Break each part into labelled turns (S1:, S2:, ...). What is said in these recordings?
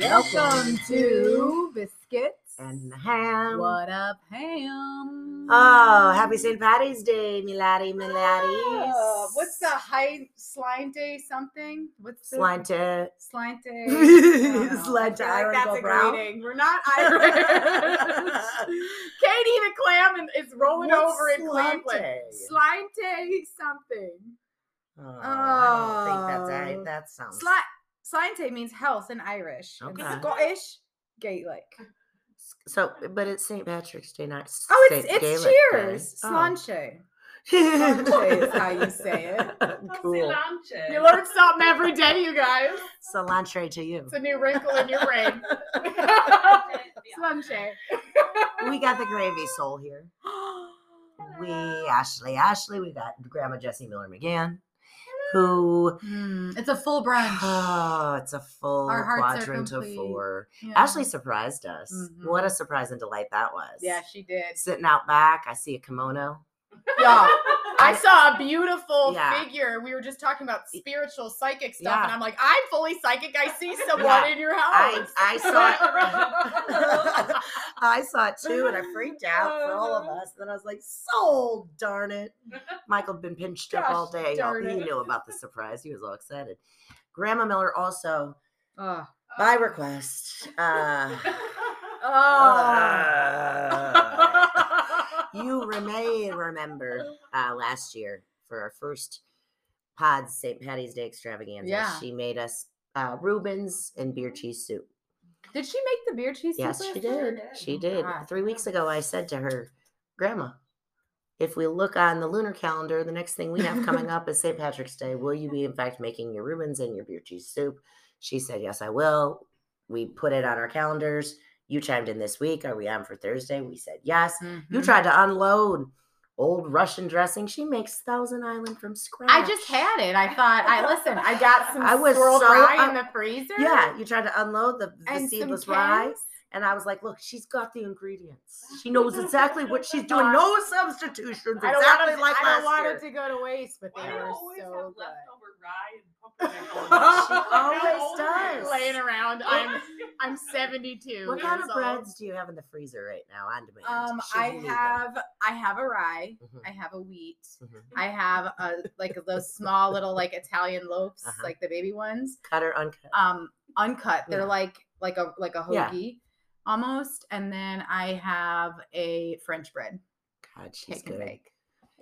S1: Welcome to Biscuits
S2: and Ham.
S1: What Up Ham.
S2: Um, Oh, happy St. Patty's Day, milady, miladies.
S1: Oh, What's the high slime day something? What's the
S2: Slante.
S1: slime day? I don't know.
S2: Slante.
S1: I feel like that's a
S2: brown.
S1: greeting. We're not Irish. Katie the clam and is rolling over in Cleveland. Slime day something.
S2: Oh, I don't think that's
S1: Oh.
S2: right. That sounds.
S1: Sli- Slinte means health in Irish. and
S2: Um, Okay.
S1: Scottish Gaelic.
S2: so, but it's St. Patrick's Day night.
S1: Oh, it's
S2: St. Gaelic
S1: it's
S2: Day.
S1: cheers.
S2: Oh.
S1: Slanche. Slanche is how you say it.
S2: cool.
S1: You learn something every day, you guys.
S2: Cilantro to you.
S1: It's a new wrinkle in your brain. Slanche.
S2: We got the gravy soul here. We, Ashley, Ashley, we got Grandma Jessie Miller McGann, who,
S1: Hmm, it's a full
S2: oh, it's a full
S1: Our hearts are
S2: quadrant of
S1: complete.
S2: four. Ashley surprised us.
S1: Mhm.
S2: What a surprise and delight that was.
S1: Yeah, she did.
S2: Sitting out back, I see a kimono.
S1: Yeah. I saw a beautiful
S2: Yeah.
S1: figure. We were just talking about spiritual psychic stuff,
S2: Yeah.
S1: and I'm like, I'm fully psychic. I see someone
S2: Yeah.
S1: in your
S2: I,
S1: house.
S2: I saw it. I saw it too, and I freaked out for all of us. And then I was like, sold, darn it. Michael had been pinched up all
S1: Gosh,
S2: day. y'all.
S1: darn
S2: He
S1: it.
S2: knew about the surprise. He was all excited. Grandma Miller also,
S1: oh. Oh.
S2: by request, uh, uh, you re- may remember uh, last year for our first Pod's St. Patty's Day extravaganza,
S1: Yeah.
S2: she made us uh, Rubens and beer cheese soup.
S1: did she make the beer cheese?
S2: Yes,
S1: soup
S2: she
S1: last year?
S2: did. She did.
S1: Oh, God.
S2: Three weeks ago, I said to her, Grandma, if we look on the lunar calendar, the next thing we have coming up is St. Patrick's Day. Will you be, in fact, making your Rubens and your beer cheese soup? She said, Yes, I will. We put it on our calendars. You chimed in this week. Are we on for Thursday? We said yes. You
S1: Mhm.
S2: tried to unload old Russian dressing. She makes Thousand Island from scratch.
S1: I just had it. I thought, I listen. I got some
S2: I was
S1: swirl
S2: so
S1: fry
S2: up-
S1: in the freezer.
S2: Yeah, you tried to unload the, the
S1: and some
S2: seedless rye.
S1: cans.
S2: And I was like, look, she's got the ingredients. She knows exactly what she's doing. No substitutions.
S1: I don't want
S2: Exactly
S1: it,
S2: like
S1: I don't
S2: last
S1: want
S2: year.
S1: it to go to waste, but they
S3: Why do you
S1: were
S3: always
S1: so
S3: have
S1: good.
S3: leftover rye and
S2: She
S3: pumpkin?
S2: always does.
S1: Laying around, I'm I'm 72.
S2: What kind
S1: years
S2: of breads do you have in the freezer right now on demand?
S1: old. Um,
S2: Should
S1: I
S2: you need them?
S1: have I have a rye,
S2: Mhm,
S1: I have a wheat,
S2: mhm.
S1: I have a like those small little like Italian loaves,
S2: Uh-huh.
S1: like the baby ones.
S2: Cut or uncut?
S1: um uncut. They're
S2: Yeah.
S1: like like a like a
S2: Yeah.
S1: hoagie almost. And then I have a French bread
S2: God, she's
S1: cake and
S2: good.
S1: bake.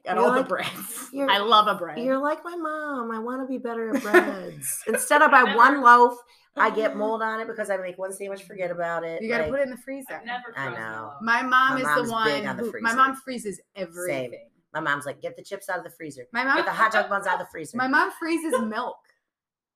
S1: Got
S2: You're
S1: all
S2: like-
S1: the breads.
S2: you're-
S1: I love a bread.
S2: You're like my mom. I want to be better at breads. Instead of I one loaf, I get mold on it because I make one sandwich, forget about it.
S1: Mm-hmm. You gotta
S2: like,
S1: put it in the freezer.
S3: I've never
S2: I
S3: frozen
S2: know.
S3: a loaf.
S1: My mom
S2: My
S1: is
S2: mom's
S1: the
S2: big
S1: one.
S2: on the
S1: who, my
S2: freezer.
S1: mom freezes everything.
S2: My mom's like, get the chips out of the freezer.
S1: My
S2: Get the
S1: mom.
S2: hot dog buns out of the freezer.
S1: My mom freezes milk.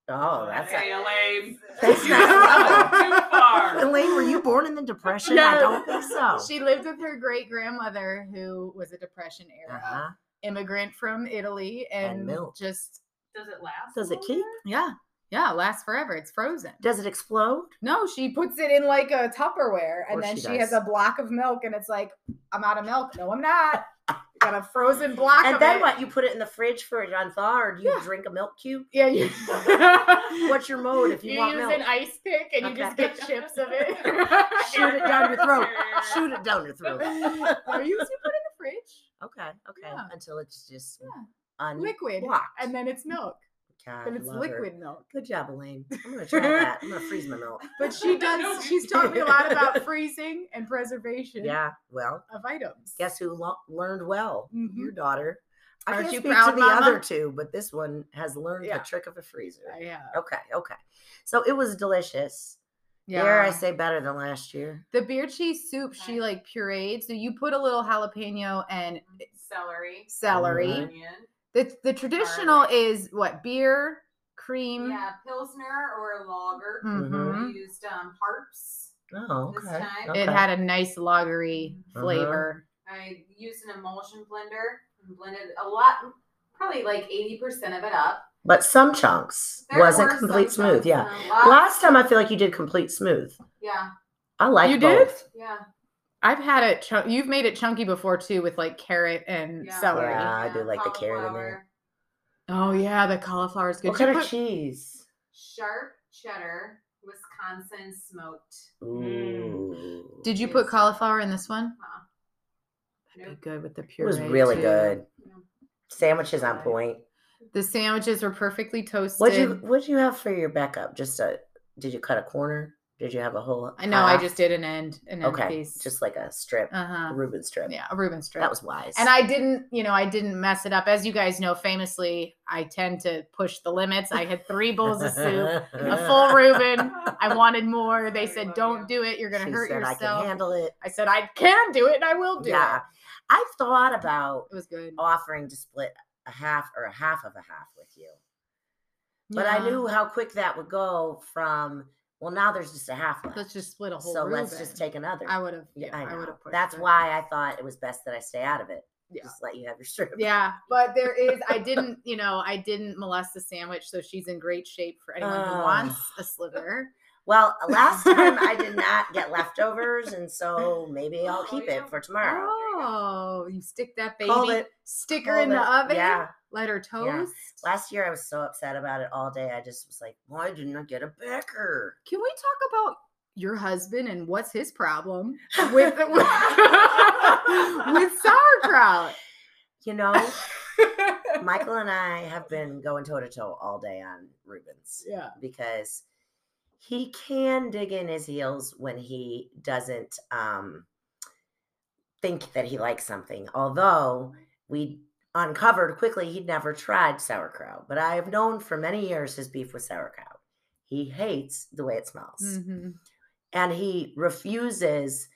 S2: oh, that's
S3: okay, Elaine.
S2: That's
S3: You've
S2: next
S3: gone
S2: level.
S3: Too far.
S2: Elaine, were you born in the Depression? I
S1: Yes.
S2: don't think so.
S1: She lived with her great grandmother, who was a Depression era
S2: uh-huh.
S1: immigrant from Italy, and,
S2: milk.
S1: just
S3: Does it last?
S2: Does it
S3: longer?
S2: keep?
S1: yeah, yeah, lasts forever. It's frozen.
S2: Does it explode?
S1: No, she puts it in like a
S2: course
S1: Tupperware and then
S2: she
S1: she, has
S2: does.
S1: a block of milk and it's like, I'm out of milk. No, I'm not. Got a frozen block
S2: And
S1: of
S2: then
S1: it.
S2: what? You put it in the fridge for it to unthaw, or do you drink a milk cube?
S1: Yeah, you,
S2: What's your mode if you,
S1: you,
S2: want
S1: use
S2: milk?
S1: an ice pick and
S2: Okay.
S1: you just get chips of it.
S2: Shoot it down your throat. Shoot it down your throat.
S1: Or you just put it in the fridge,
S2: Okay, okay.
S1: Yeah.
S2: Until it's just
S1: Yeah.
S2: un-
S1: liquid,
S2: blocked.
S1: and then it's milk.
S2: God,
S1: But it's
S2: love her.
S1: liquid milk.
S2: Good job, Elaine. I'm gonna try that. I'm gonna freeze my milk.
S1: But she does, she's taught me a lot about freezing and preservation
S2: Yeah. Well,
S1: of items.
S2: guess who lo- learned well?
S1: Mhm.
S2: Your daughter. I
S1: Aren't
S2: can't
S1: you
S2: speak
S1: proud,
S2: to the
S1: Mama?
S2: other two, but this one has learned
S1: Yeah.
S2: the trick of a freezer.
S1: I have.
S2: Okay, okay. So it was delicious.
S1: Yeah.
S2: Dare I say better than last year?
S1: The beer cheese soup, she like pureed. So you put a little jalapeno and
S3: Celery.
S1: celery.
S2: Mhm.
S3: Onion.
S1: The the traditional
S3: Garlic.
S1: is what beer, cream.
S3: Yeah, Pilsner or lager.
S2: Mm-hmm.
S1: Mhm.
S3: We used um, harps.
S2: Oh,
S3: This
S2: okay.
S3: time-
S2: okay.
S1: It had a nice lagery
S2: Uh-huh.
S1: flavor.
S3: I used an emulsion blender and blended a lot, probably like 80% of it up.
S2: but some chunks
S3: There
S2: wasn't
S3: were some
S2: complete smooth.
S3: chunks
S2: Yeah.
S3: and a lot-
S2: Last time I feel like you did complete smooth.
S3: Yeah,
S2: I like
S1: You did?
S2: both.
S3: yeah.
S1: I've had it. Chunk- you've made it chunky before too, with like carrot and
S3: Yeah.
S1: celery.
S2: Yeah. I do like the carrot in there.
S3: cauliflower,
S1: Oh yeah, the cauliflower is good.
S2: What
S1: You
S2: kind of
S1: put-
S2: cheese?
S3: Sharp cheddar, Wisconsin Wisconsin smoked.
S2: Ooh.
S1: Mm. Did you put cauliflower in this one?
S3: Uh-uh.
S1: That'd
S3: Nope.
S1: be good with the
S2: it
S1: puree.
S2: was really
S1: too.
S2: good.
S3: No.
S2: Sandwiches on
S1: Right.
S2: point.
S1: The sandwiches were perfectly toasted.
S2: What'd you what'd you have for your backup? Just a did you cut a corner? Did you have a whole
S1: I know. I
S2: half?
S1: just did an end, an end
S2: Okay.
S1: piece.
S2: Just like a strip.
S1: uh
S2: a
S1: huh.
S2: Reuben strip.
S1: Yeah, a Reuben strip.
S2: That was wise.
S1: and I didn't, you know, I didn't mess it up. As you guys know, famously, I tend to push the limits. I had three bowls of soup, a full Reuben. I wanted more. They said, "Don't do it. You're going to
S2: She
S1: hurt
S2: said,
S1: yourself."
S2: I can handle it.
S1: I said, "I can do it, and I will do
S2: Yeah. Oh,
S1: it."
S2: I thought about
S1: It was good.
S2: offering to split a half or a half of a half with you. But I
S1: Yeah.
S2: knew how quick that would go from, well, now there's just a half left.
S1: Let's just split a whole.
S2: so let's just
S1: Reuben.
S2: take another.
S1: I would have.
S2: Yeah,
S1: Yeah, I,
S2: know.
S1: would have pushed.
S2: That's
S1: it.
S2: why I thought it was best that I stay out of it.
S1: Yeah.
S2: Just let you have your strip.
S1: Yeah, but there is. I didn't. You know, I didn't molest the sandwich, so she's in great shape for anyone who
S2: Oh.
S1: wants a sliver.
S2: Well, last time I did not get leftovers, and so maybe I'll
S3: Oh,
S2: keep
S3: yeah.
S2: it for tomorrow.
S1: Oh, you stick that baby,
S2: Called it.
S1: stick her
S2: Called
S1: in the
S2: it.
S1: oven,
S2: Yeah.
S1: let her toast.
S2: Last year I was so upset about it all day. I just was like, why didn't I get a baker?
S1: Can we talk about your husband and what's his problem with
S2: With,
S1: with, with sauerkraut?
S2: you know, Michael and I have been going toe to toe all day on Rubens
S1: Yeah.
S2: because he can dig in his heels when he doesn't um, think that he likes something. Although we uncovered quickly he'd never tried sauerkraut, but I have known for many years his beef with sauerkraut. He hates the way it smells
S1: hmm
S2: and he refuses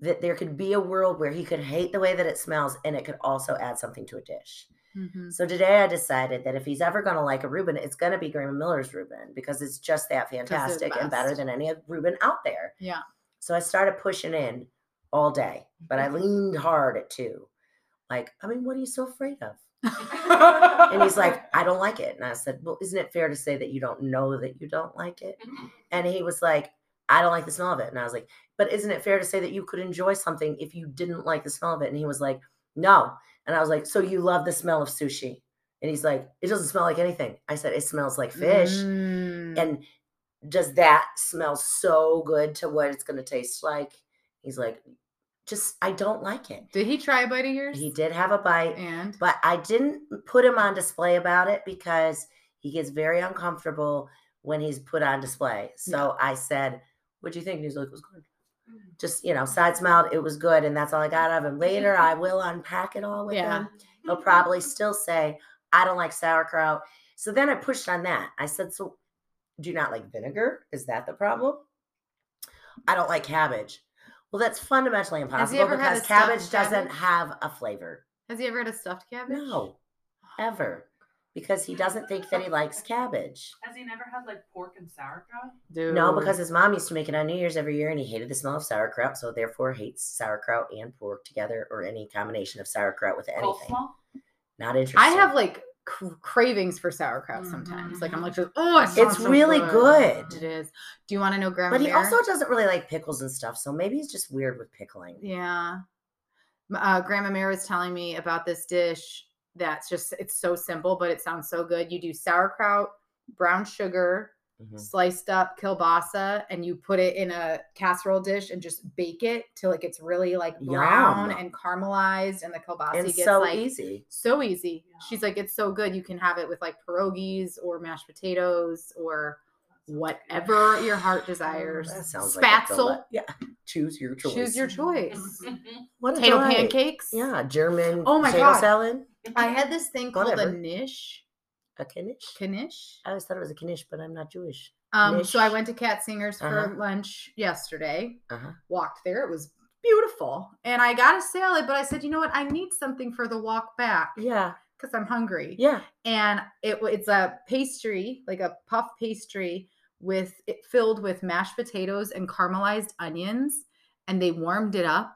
S2: that there could be a world where he could hate the way that it smells and it could also add something to a dish.
S1: hmm
S2: So today I decided that if he's ever going to like a Reuben, it's going to be Graham Miller's Reuben because it's just that fantastic and better
S1: best.
S2: than any other Reuben out there.
S1: Yeah.
S2: So I started pushing in all day, but
S1: Mm-hmm.
S2: I leaned hard at two. Like, I mean, what are you so afraid of? And he's like, I don't like it. And I said, Well, isn't it fair to say that you don't know that you don't like it? And he was like, I don't like the smell of it. And I was like, but isn't it fair to say that you could enjoy something if you didn't like the smell of it? And he was like, no. And I was like, so you love the smell of sushi? And he's like, it doesn't smell like anything. I said, it smells like fish.
S1: Mm.
S2: And does that smell so good to what it's going to taste like? He's like, just, I don't like it.
S1: did he try a bite of yours?
S2: He did have a bite.
S1: And
S2: But I didn't put him on display about it because he gets very uncomfortable when he's put on display. So I said, What'd you think? And he's like, It was good. Just, you know, side smiled, it was good. And that's all I got out of him. Later, I will unpack it all with
S1: Yeah.
S2: him. He'll probably still say, I don't like sauerkraut. So then I pushed on that. I said, So do you not like vinegar? Is that the problem? I don't like cabbage. Well, that's fundamentally impossible
S1: ever had
S2: because
S1: a stuffed
S2: cabbage doesn't
S1: cabbage?
S2: have a flavor.
S1: has he ever had a stuffed cabbage?
S2: No, ever. Because he doesn't think that he likes cabbage.
S4: Has he never had like pork and sauerkraut?
S1: Dude.
S2: No, because his mom used to make it on New Year's every year and he hated the smell of sauerkraut, so therefore hates sauerkraut and pork together or any combination of sauerkraut with anything.
S4: Coleslaw?
S2: Not interested.
S1: I have like cr- cravings for sauerkraut sometimes. Like I'm like, just, oh, it sounds so
S2: really good.
S1: It is. Do you want to know grandma?
S2: but he also doesn't really like pickles and stuff, so maybe he's just weird with pickling.
S1: Yeah. M- Uh, Grandma Mary was telling me about this dish that's just, it's so simple, but it sounds so good. You do sauerkraut, brown sugar,
S2: Mhm.
S1: sliced up kielbasa, and you put it in a casserole dish and just bake it till it gets really like brown
S2: Yum.
S1: and caramelized and the kielbasa
S2: And
S1: gets
S2: so
S1: like
S2: easy.
S1: so easy.
S4: Yeah.
S1: She's like, it's so good. You can have it with like pierogies or mashed potatoes or whatever your heart desires.
S2: That sounds like a
S1: Spatzel.
S2: deli- yeah. Choose your choice.
S1: Choose your choice.
S2: What a
S1: Potato
S2: delight.
S1: pancakes.
S2: Yeah, German
S1: Oh my
S2: potato
S1: God.
S2: salad.
S1: I had this thing called
S2: Whatever.
S1: a niche.
S2: A knish.
S1: Knish.
S2: I always thought it was a knish, but I'm not Jewish.
S1: Um, so I
S2: Knish.
S1: went to Cat Singers
S2: Uh-huh.
S1: for lunch yesterday.
S2: Uh-huh.
S1: Walked there. It was beautiful. And I got a salad, but I said, you know what? I need something for the walk back
S2: Yeah.
S1: because I'm hungry.
S2: Yeah.
S1: and it, w- it's a pastry, like a puff pastry with it filled with mashed potatoes and caramelized onions, and they warmed it up.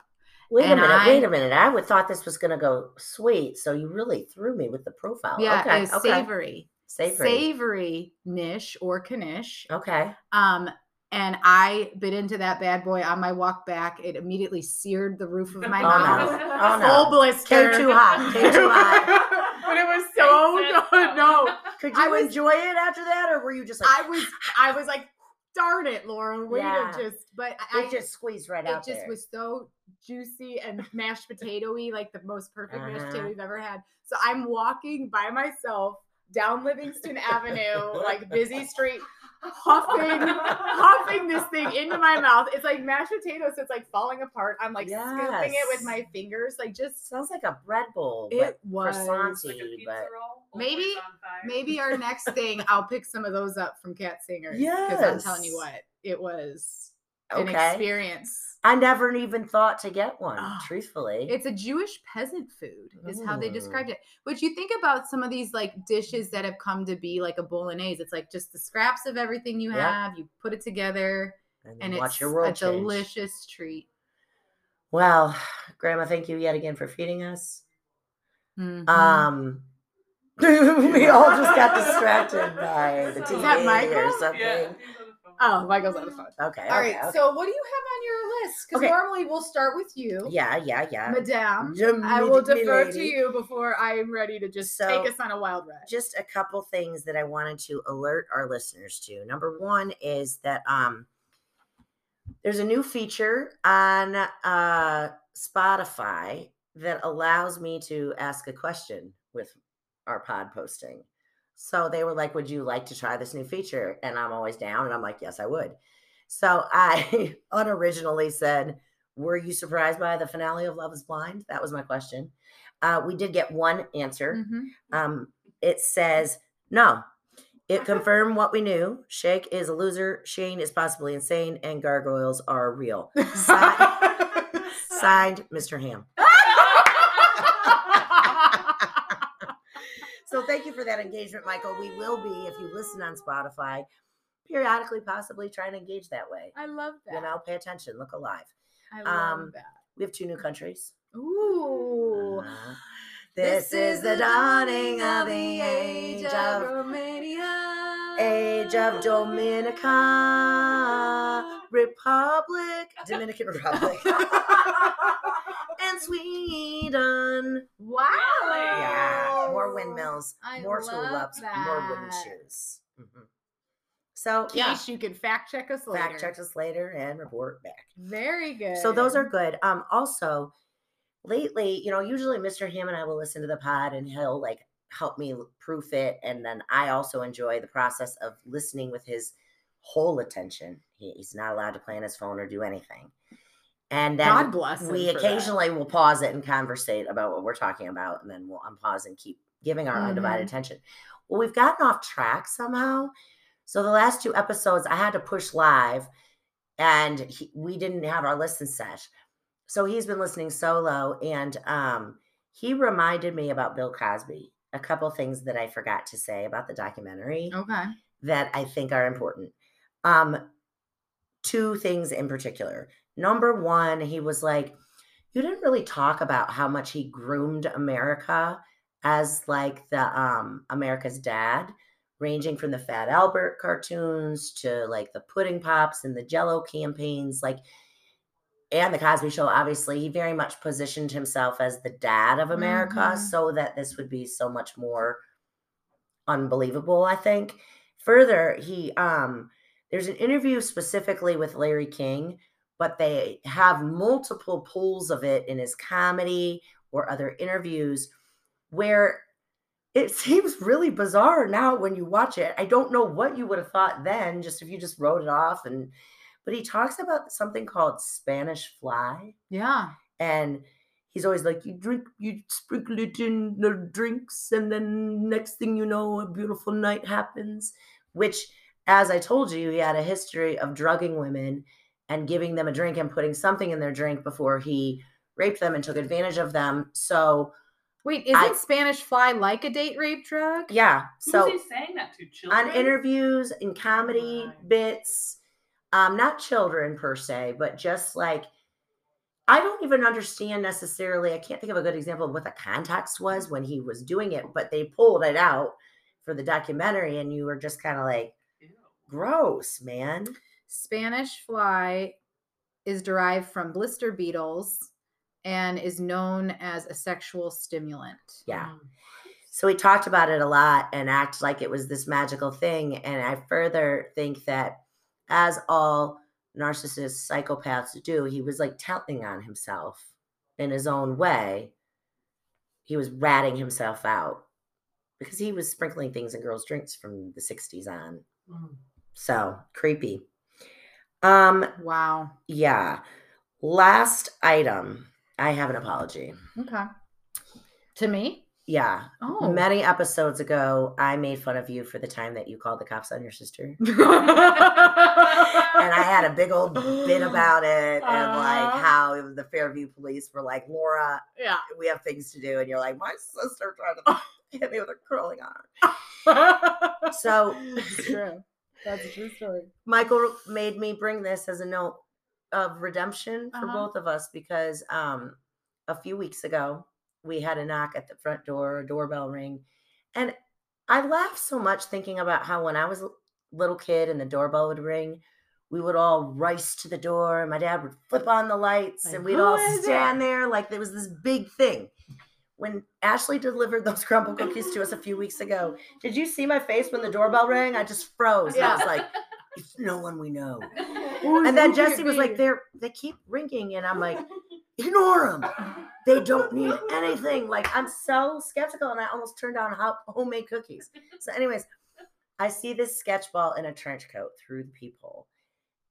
S2: Wait a
S1: And
S2: minute,
S1: I-
S2: wait a minute. I would thought this was gonna go sweet, so you really threw me with the profile.
S1: yeah,
S2: Oh, okay,
S1: it was
S2: okay.
S1: savory,
S2: Savory.
S1: savory niche or knish.
S2: Okay.
S1: Um, and I bit into that bad boy on my walk back. It immediately seared the roof of my
S4: Oh,
S2: no.
S1: mouth.
S2: Oh, no.
S1: Full blister.
S2: Came too hot. Came too hot.
S5: but it was so
S4: Makes sense,
S5: good.
S4: though.
S5: No,
S2: Could
S1: I
S2: you
S1: was-
S2: enjoy it after that, or were you just like
S1: I was, I was like, Darn it, Laura. Way
S2: Yeah.
S1: to just, but I
S2: It just squeezed right
S1: it
S2: out
S1: just
S2: there.
S1: was so juicy and mashed potatoey, like the most perfect mashed
S2: Uh-huh.
S1: potato we've ever had. So I'm walking by myself down Livingston Avenue, like busy street, huffing, huffing this thing into my mouth. It's like mashed potatoes. It's like falling apart. I'm like scooping it with
S2: Yes.
S1: my fingers, like just.
S2: Sounds like a bread bowl.
S1: It
S2: but
S1: was
S2: croissant
S4: Like a pizza
S2: but
S4: roll.
S1: Maybe-
S4: always on fire.
S1: maybe our next thing. I'll pick some of those up from Cat Singers. because I'm telling
S2: Yes.
S1: you what, it was an
S2: okay.
S1: experience.
S2: I never even thought to get one.
S1: Oh,
S2: truthfully,
S1: It's a Jewish peasant food, is how they
S2: Mm.
S1: described it. Which you think about some of these like dishes that have come to be like a bolognese. It's like just the scraps of everything you
S2: Yeah.
S1: have, you put it together, and
S2: then
S1: it's
S2: watch your world
S1: a
S2: change.
S1: delicious treat.
S2: Well, Grandma, thank you yet again for feeding us.
S1: Mhm.
S2: Um, we all just got distracted by the
S4: Is
S2: TV
S1: that
S2: or
S1: Michael?
S2: something.
S4: Yeah, he's on the phone.
S1: oh, Michael's on the phone.
S2: Okay.
S1: All
S2: okay,
S1: right,
S2: okay.
S1: so what do you have on your list? Because
S2: Okay.
S1: normally we'll start with you,
S2: yeah, yeah, yeah.
S1: Madame.
S2: Jam-
S1: I will
S2: me
S1: defer to
S2: lady.
S1: you before I am ready to just
S2: So-
S1: take us on a wild ride.
S2: Just a couple things that I wanted to alert our listeners to. Number one is that um, there's a new feature on uh, Spotify that allows me to ask a question with our pod posting. So they were like, Would you like to try this new feature? And I'm always down. And I'm like, Yes, I would. So I unoriginally said, Were you surprised by the finale of Love is Blind? That was my question. Uh, we did get one answer.
S1: Mhm.
S2: Um, it says, no, it confirmed what we knew. Shake is a loser. Shane is possibly insane. And gargoyles are real. Signed, signed Mr. Ham. So thank you for that engagement, Michael. We will be, if you listen on Spotify, periodically possibly try and engage that way.
S1: I love that.
S2: You know, pay attention, look alive.
S1: I love
S2: um,
S1: that.
S2: We have two new countries.
S1: Ooh.
S2: Uh, This is the dawning of the age of
S1: Romania.
S2: Age of Dominica Republic, Dominican Republic, and Sweden. Oh,
S1: Wow.
S2: Yeah, more windmills,
S1: I
S2: more tulips, more wooden
S1: that.
S2: shoes. Mhm. So,
S1: In
S2: yeah,
S1: case you could fact check us later.
S2: fact check us later and report back.
S1: Very good.
S2: So those are good. Um, also, lately, you know, usually Mr. Ham and I will listen to the pod and he'll like help me l- proof it, and then I also enjoy the process of listening with his whole attention. He, he's not allowed to play on his phone or do anything. And then
S1: God bless. him
S2: we
S1: for that.
S2: occasionally will pause it and conversate about what we're talking about, and then we'll unpause and keep giving our
S1: Mm-hmm.
S2: undivided attention. Well, we've gotten off track somehow. So the last two episodes, I had to push live, and he, we didn't have our listen set. So he's been listening solo, and um, he reminded me about Bill Cosby. A couple things that I forgot to say about the documentary
S1: Okay.
S2: that I think are important. Um, two things in particular. Number one, he was like, you didn't really talk about how much he groomed America as like the um America's dad, ranging from the Fat Albert cartoons to like the pudding pops and the jello campaigns, like and the Cosby Show, obviously, he very much positioned himself as the dad of America
S1: Mhm.
S2: so that this would be so much more unbelievable, I think. Further, he um there's an interview specifically with Larry King, but they have multiple pulls of it in his comedy or other interviews where it seems really bizarre now when you watch it. I don't know what you would have thought then, just if you just wrote it off and but he talks about something called Spanish fly
S1: Yeah.
S2: and he's always like you drink you sprinkle it in the drinks and then next thing you know a beautiful night happens which as i told you he had a history of drugging women and giving them a drink and putting something in their drink before he raped them and took advantage of them so
S1: Wait, isn't
S2: I-
S1: Spanish fly like a date rape drug?
S2: yeah so
S4: Who's he saying that to? Children?
S2: on interviews and comedy
S4: Right.
S2: bits um not children per se but just like i don't even understand necessarily i can't think of a good example of what the context was when he was doing it but they pulled it out for the documentary and you were just kind of like
S4: Ew.
S2: gross man
S1: Spanish fly is derived from blister beetles and is known as a sexual stimulant.
S2: yeah
S4: Mm.
S2: so he talked about it a lot and acted like it was this magical thing and i further think that as all narcissists, psychopaths do. He was like telling on himself in his own way. He was ratting himself out because he was sprinkling things in girls' drinks from the 60s on. So creepy. Um,
S1: Wow.
S2: yeah. Last item. I have an apology.
S1: Okay. To me?
S2: Yeah.
S1: Oh.
S2: Many episodes ago, I made fun of you for the time that you called the cops on your sister. And I had a big old bit about it and like
S1: Uh-huh.
S2: how it was the Fairview police were like, Laura,
S1: yeah.
S2: we have things to do. And you're like, my sister tried to hit me with a curling iron. So
S1: It's true. That's a true story.
S2: Michael made me bring this as a note of redemption for
S1: Uh-huh.
S2: both of us because um, a few weeks ago we had a knock at the front door, a doorbell ring, and I laughed so much thinking about how when I was a little kid and the doorbell would ring, we would all race to the door, and my dad would flip on the lights,
S1: Like,
S2: and we'd
S1: "Who
S2: all
S1: is it?"
S2: stand there like there was this big thing. When Ashley delivered those crumble cookies to us a few weeks ago, did you see my face when the doorbell rang? I just froze. And I was
S1: Yeah.
S2: like, it's no one we know.
S1: Who is-
S2: And then
S1: who could it
S2: Jesse was like,
S1: be?
S2: they're they keep ringing, and I'm like, ignore them. They don't need anything. Like I'm so skeptical, and I almost turned down ho- homemade cookies. So, anyways, I see this sketch ball in a trench coat through the peephole,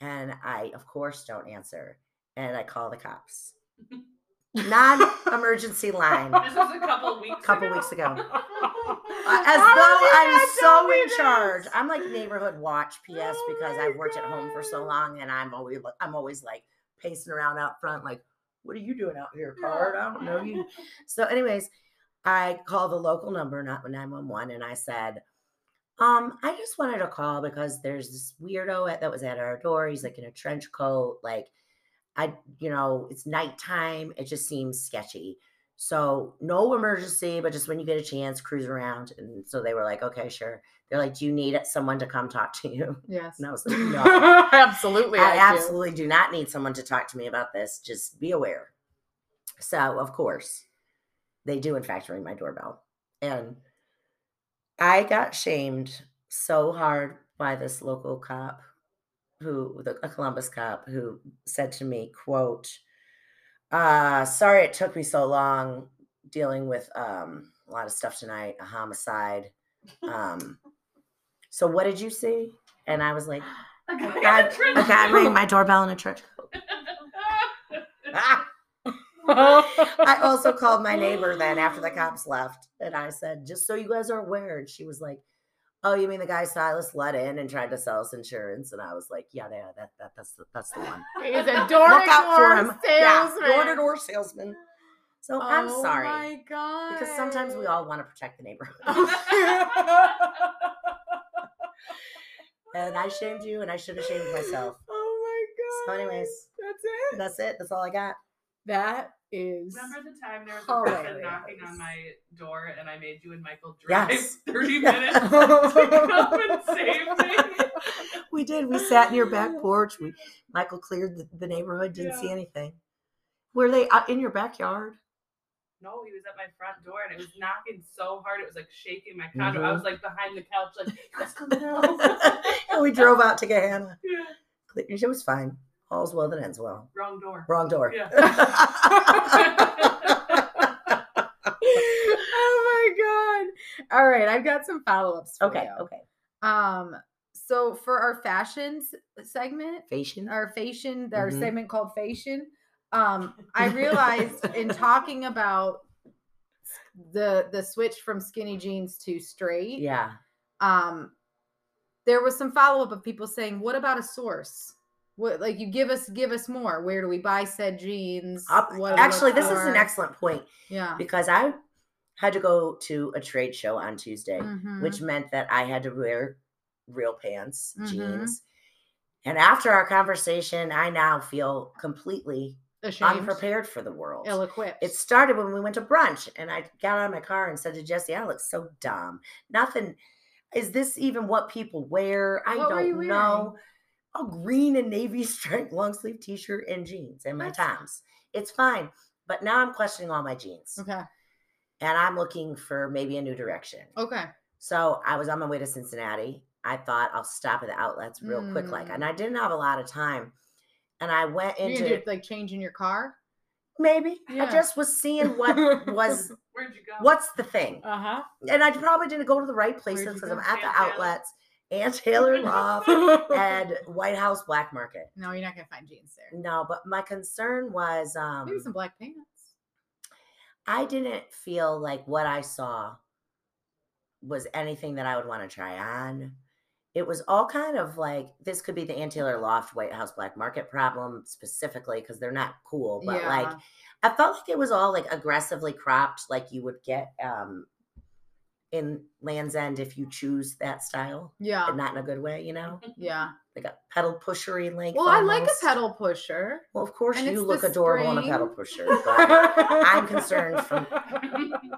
S2: and I of course don't answer, and I call the cops. Non-emergency line.
S4: This was a couple weeks.
S2: Couple
S4: ago.
S2: weeks ago.
S4: I
S2: As
S1: How
S2: though
S1: did you
S2: I'm
S1: not tell
S2: so
S1: me
S2: in charge.
S1: this?
S2: I'm like neighborhood watch. P.S.
S1: Oh
S2: because
S1: my
S2: I've worked at home for so
S1: God.
S2: long, and I'm always I'm always like pacing around out front, like, "What are you doing out here, card? I don't know you." So, anyways, I call the local number, not nine one one, and I said, "Um, I just wanted to call because there's this weirdo at, that was at our door. He's like in a trench coat, like." I, you know, it's nighttime. It just seems sketchy. So no emergency, but just when you get a chance, cruise around. And so they were like, okay, sure. They're like, do you need someone to come talk to you?
S1: Yes.
S2: And I was like, no,
S1: absolutely.
S2: I
S1: do.
S2: absolutely do not need someone to talk to me about this. Just be aware. So of course, they do in fact ring my doorbell, and I got shamed so hard by this local cop, who the, a Columbus cop who said to me, "quote uh, Sorry it took me so long dealing with um, a lot of stuff tonight, a homicide." Um, so what did you see? And I was like,
S4: got
S2: God,
S4: a trench
S2: a guy
S4: coat.
S2: rang my doorbell in a church. Ah. I also called my neighbor then after the cops left, and I said, "Just so you guys are aware," and she was like, "Oh, you mean the guy Silas let in and tried to sell us insurance?" And I was like, "Yeah, yeah, that, that that's the, that's the one.
S1: He's a door
S2: Look out for him,
S1: salesman.
S2: door to door salesman." So I'm
S1: Oh
S2: sorry
S1: my God.
S2: because sometimes we all want to protect the neighborhood, and I shamed you, and I should have shamed myself.
S1: Oh
S2: So,
S1: my God.
S2: anyways,
S1: That's it.
S2: that's it. That's all I got.
S1: That is.
S4: Remember the time there was a person knocking
S1: Hilarious.
S4: on my door and I made you and Michael drive
S2: Yes.
S4: 30 minutes to come and save me?
S2: We did. We sat in your back porch. We Michael cleared the, the neighborhood. Didn't see anything. Were they out in your backyard?
S4: No, he was at my front door and it was knocking so hard it was like shaking my condo. I was like behind the couch, like, you guys come now.
S2: and we drove out to Gahanna.
S4: Yeah,
S2: Clear- It was fine. All's well that ends well.
S4: Wrong door.
S2: Wrong door.
S4: Yeah.
S1: oh my god. All right, I've got some follow-ups. For
S2: okay.
S1: you.
S2: Okay.
S1: Um so for our fashion s- segment,
S2: Fashion.
S1: our fashion, our
S2: Mhm.
S1: segment called fashion, um I realized in talking about the the switch from skinny jeans to straight,
S2: Yeah.
S1: um there was some follow-up of people saying, "What about a source?" What like you give us give us more. Where do we buy said jeans?
S2: Up-
S1: What do we
S2: Actually,
S1: look
S2: this is an
S1: for?"
S2: excellent point
S1: Yeah.
S2: because I had to go to a trade show on Tuesday,
S1: Mhm.
S2: which meant that I had to wear real pants,
S1: Mhm.
S2: jeans. And after our conversation, I now feel completely
S1: ashamed,
S2: unprepared for the world.
S1: ill-equipped.
S2: It started when we went to brunch, and I got out of my car and said to Jesse, "I look so dumb. Nothing. Is this even what people wear? I
S1: What were
S2: don't
S1: you wearing?
S2: know. A green and navy striped long sleeve t shirt and jeans and my
S1: That's-
S2: toms. It's fine, but now I'm questioning all my jeans,
S1: okay.
S2: and I'm looking for maybe a new direction.
S1: Okay.
S2: So I was on my way to Cincinnati. I thought I'll stop at the outlets real quick, like, and I didn't have a lot of time. And I went
S1: Mm. You
S2: into
S1: did like change in your car.
S2: maybe I
S1: Yeah.
S2: just was seeing what was
S4: Where'd you go?
S2: what's the thing,
S1: Uh huh.
S2: and I probably didn't go to the right places
S1: Where'd you
S2: because I'm
S1: go?
S2: at the
S4: Ann Taylor?
S2: outlets and Taylor Love
S1: no,
S2: and White House Black Market.
S1: you're not gonna find jeans there.
S2: No, but my concern was um,
S1: Maybe some black pants.
S2: I didn't feel like what I saw was anything that I would want to try on. It was all kind of like this could be the Ann Taylor Loft White House Black Market problem specifically because they're not cool, but like I felt like it was all like aggressively cropped, like you would get um in Land's End if you choose that style,
S1: yeah,
S2: but not in a good way, you know,
S1: yeah.
S2: like a pedal pushery length.
S1: Well, I like a
S2: almost.
S1: pedal pusher.
S2: Well, of course
S1: and
S2: you
S1: it's
S2: look
S1: the
S2: adorable in a
S1: spring.
S2: pedal pusher, but I'm concerned from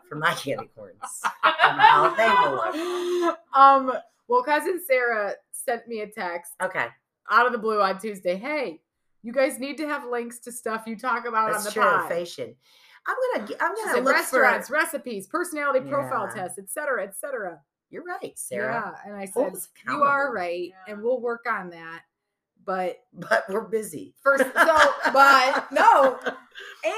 S2: for my candy corns. and how they will look.
S1: um, well, cousin Sarah sent me a text
S2: Okay,
S1: out of the blue on Tuesday. Hey, you guys need to have links to stuff you talk about on
S2: that's
S1: the
S2: true.
S1: pod.
S2: Fashion. I'm gonna. g- I'm
S1: She
S2: gonna
S1: said
S2: look
S1: restaurants,
S2: for.
S1: recipes, personality profile
S2: Yeah.
S1: tests, et cetera, et cetera.
S2: You're right, Sarah.
S1: Yeah. And I
S2: Hold
S1: said,
S2: us
S1: you are
S2: accountable."
S1: right. And
S4: Yeah.
S1: we'll work on that. But
S2: But we're busy.
S1: first, so, but no.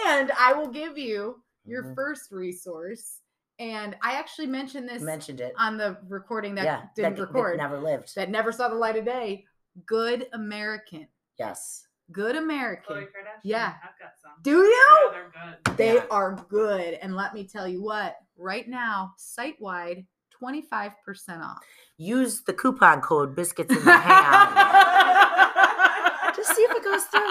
S1: And I will give you your
S2: Mhm.
S1: first resource. And I actually mentioned this
S2: You mentioned it.
S1: on the recording that
S2: yeah,
S1: didn't
S2: that- that
S1: record,
S2: never lived.
S1: that never saw the light of day. Good American.
S2: yes.
S1: Good
S4: Khloe
S1: American.
S4: Kardashian.
S1: Yeah.
S4: I've got some.
S1: Do you?
S4: Yeah, they're good.
S1: They
S2: Yeah.
S1: are good. And let me tell you what, right now, site wide, 25% off.
S2: Use the coupon code biscuits in the hand. Just see if it goes through.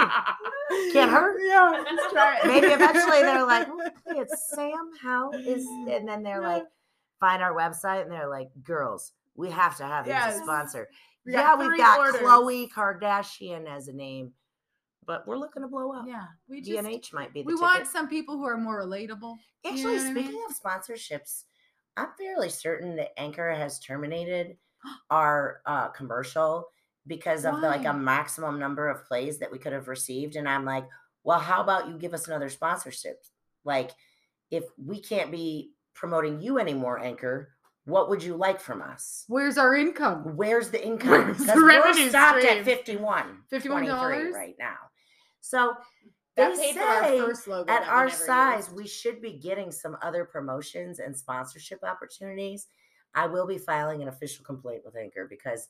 S2: Can't hurt.
S1: Yeah, let's try it.
S2: Maybe eventually they're like, "Well, hey, it's Sam. How is? And then they're like, find our website, and they're like, girls, we have to have you as
S1: Yes.
S2: a sponsor.
S1: We
S2: yeah,
S1: got
S2: we've
S1: three
S2: got
S1: orders.
S2: Chloe Kardashian as a name, but we're looking to blow up.
S1: Yeah, we just,
S2: DNH might be the
S1: we
S2: ticket.
S1: want some people who are more relatable. you know
S2: Actually,
S1: what I mean?
S2: speaking of sponsorships, I'm fairly certain that Anchor has terminated our uh, commercial because of the, like a
S1: Why?
S2: maximum number of plays that we could have received, and I'm like, well, how about you give us another sponsorship? Like, if we can't be promoting you anymore, Anchor, what would you like from us?
S1: Where's our income?
S2: where's the income?
S1: Where's the
S2: Because we're
S1: revenue
S2: stopped
S1: stream?
S2: at 51
S1: $51?
S2: 23 right now. So
S1: That
S2: They
S1: paid for our
S2: say
S1: first logo.
S2: at
S1: that we
S2: our
S1: never
S2: size,
S1: used.
S2: we should be getting some other promotions and sponsorship opportunities. I will be filing an official complaint with Anchor because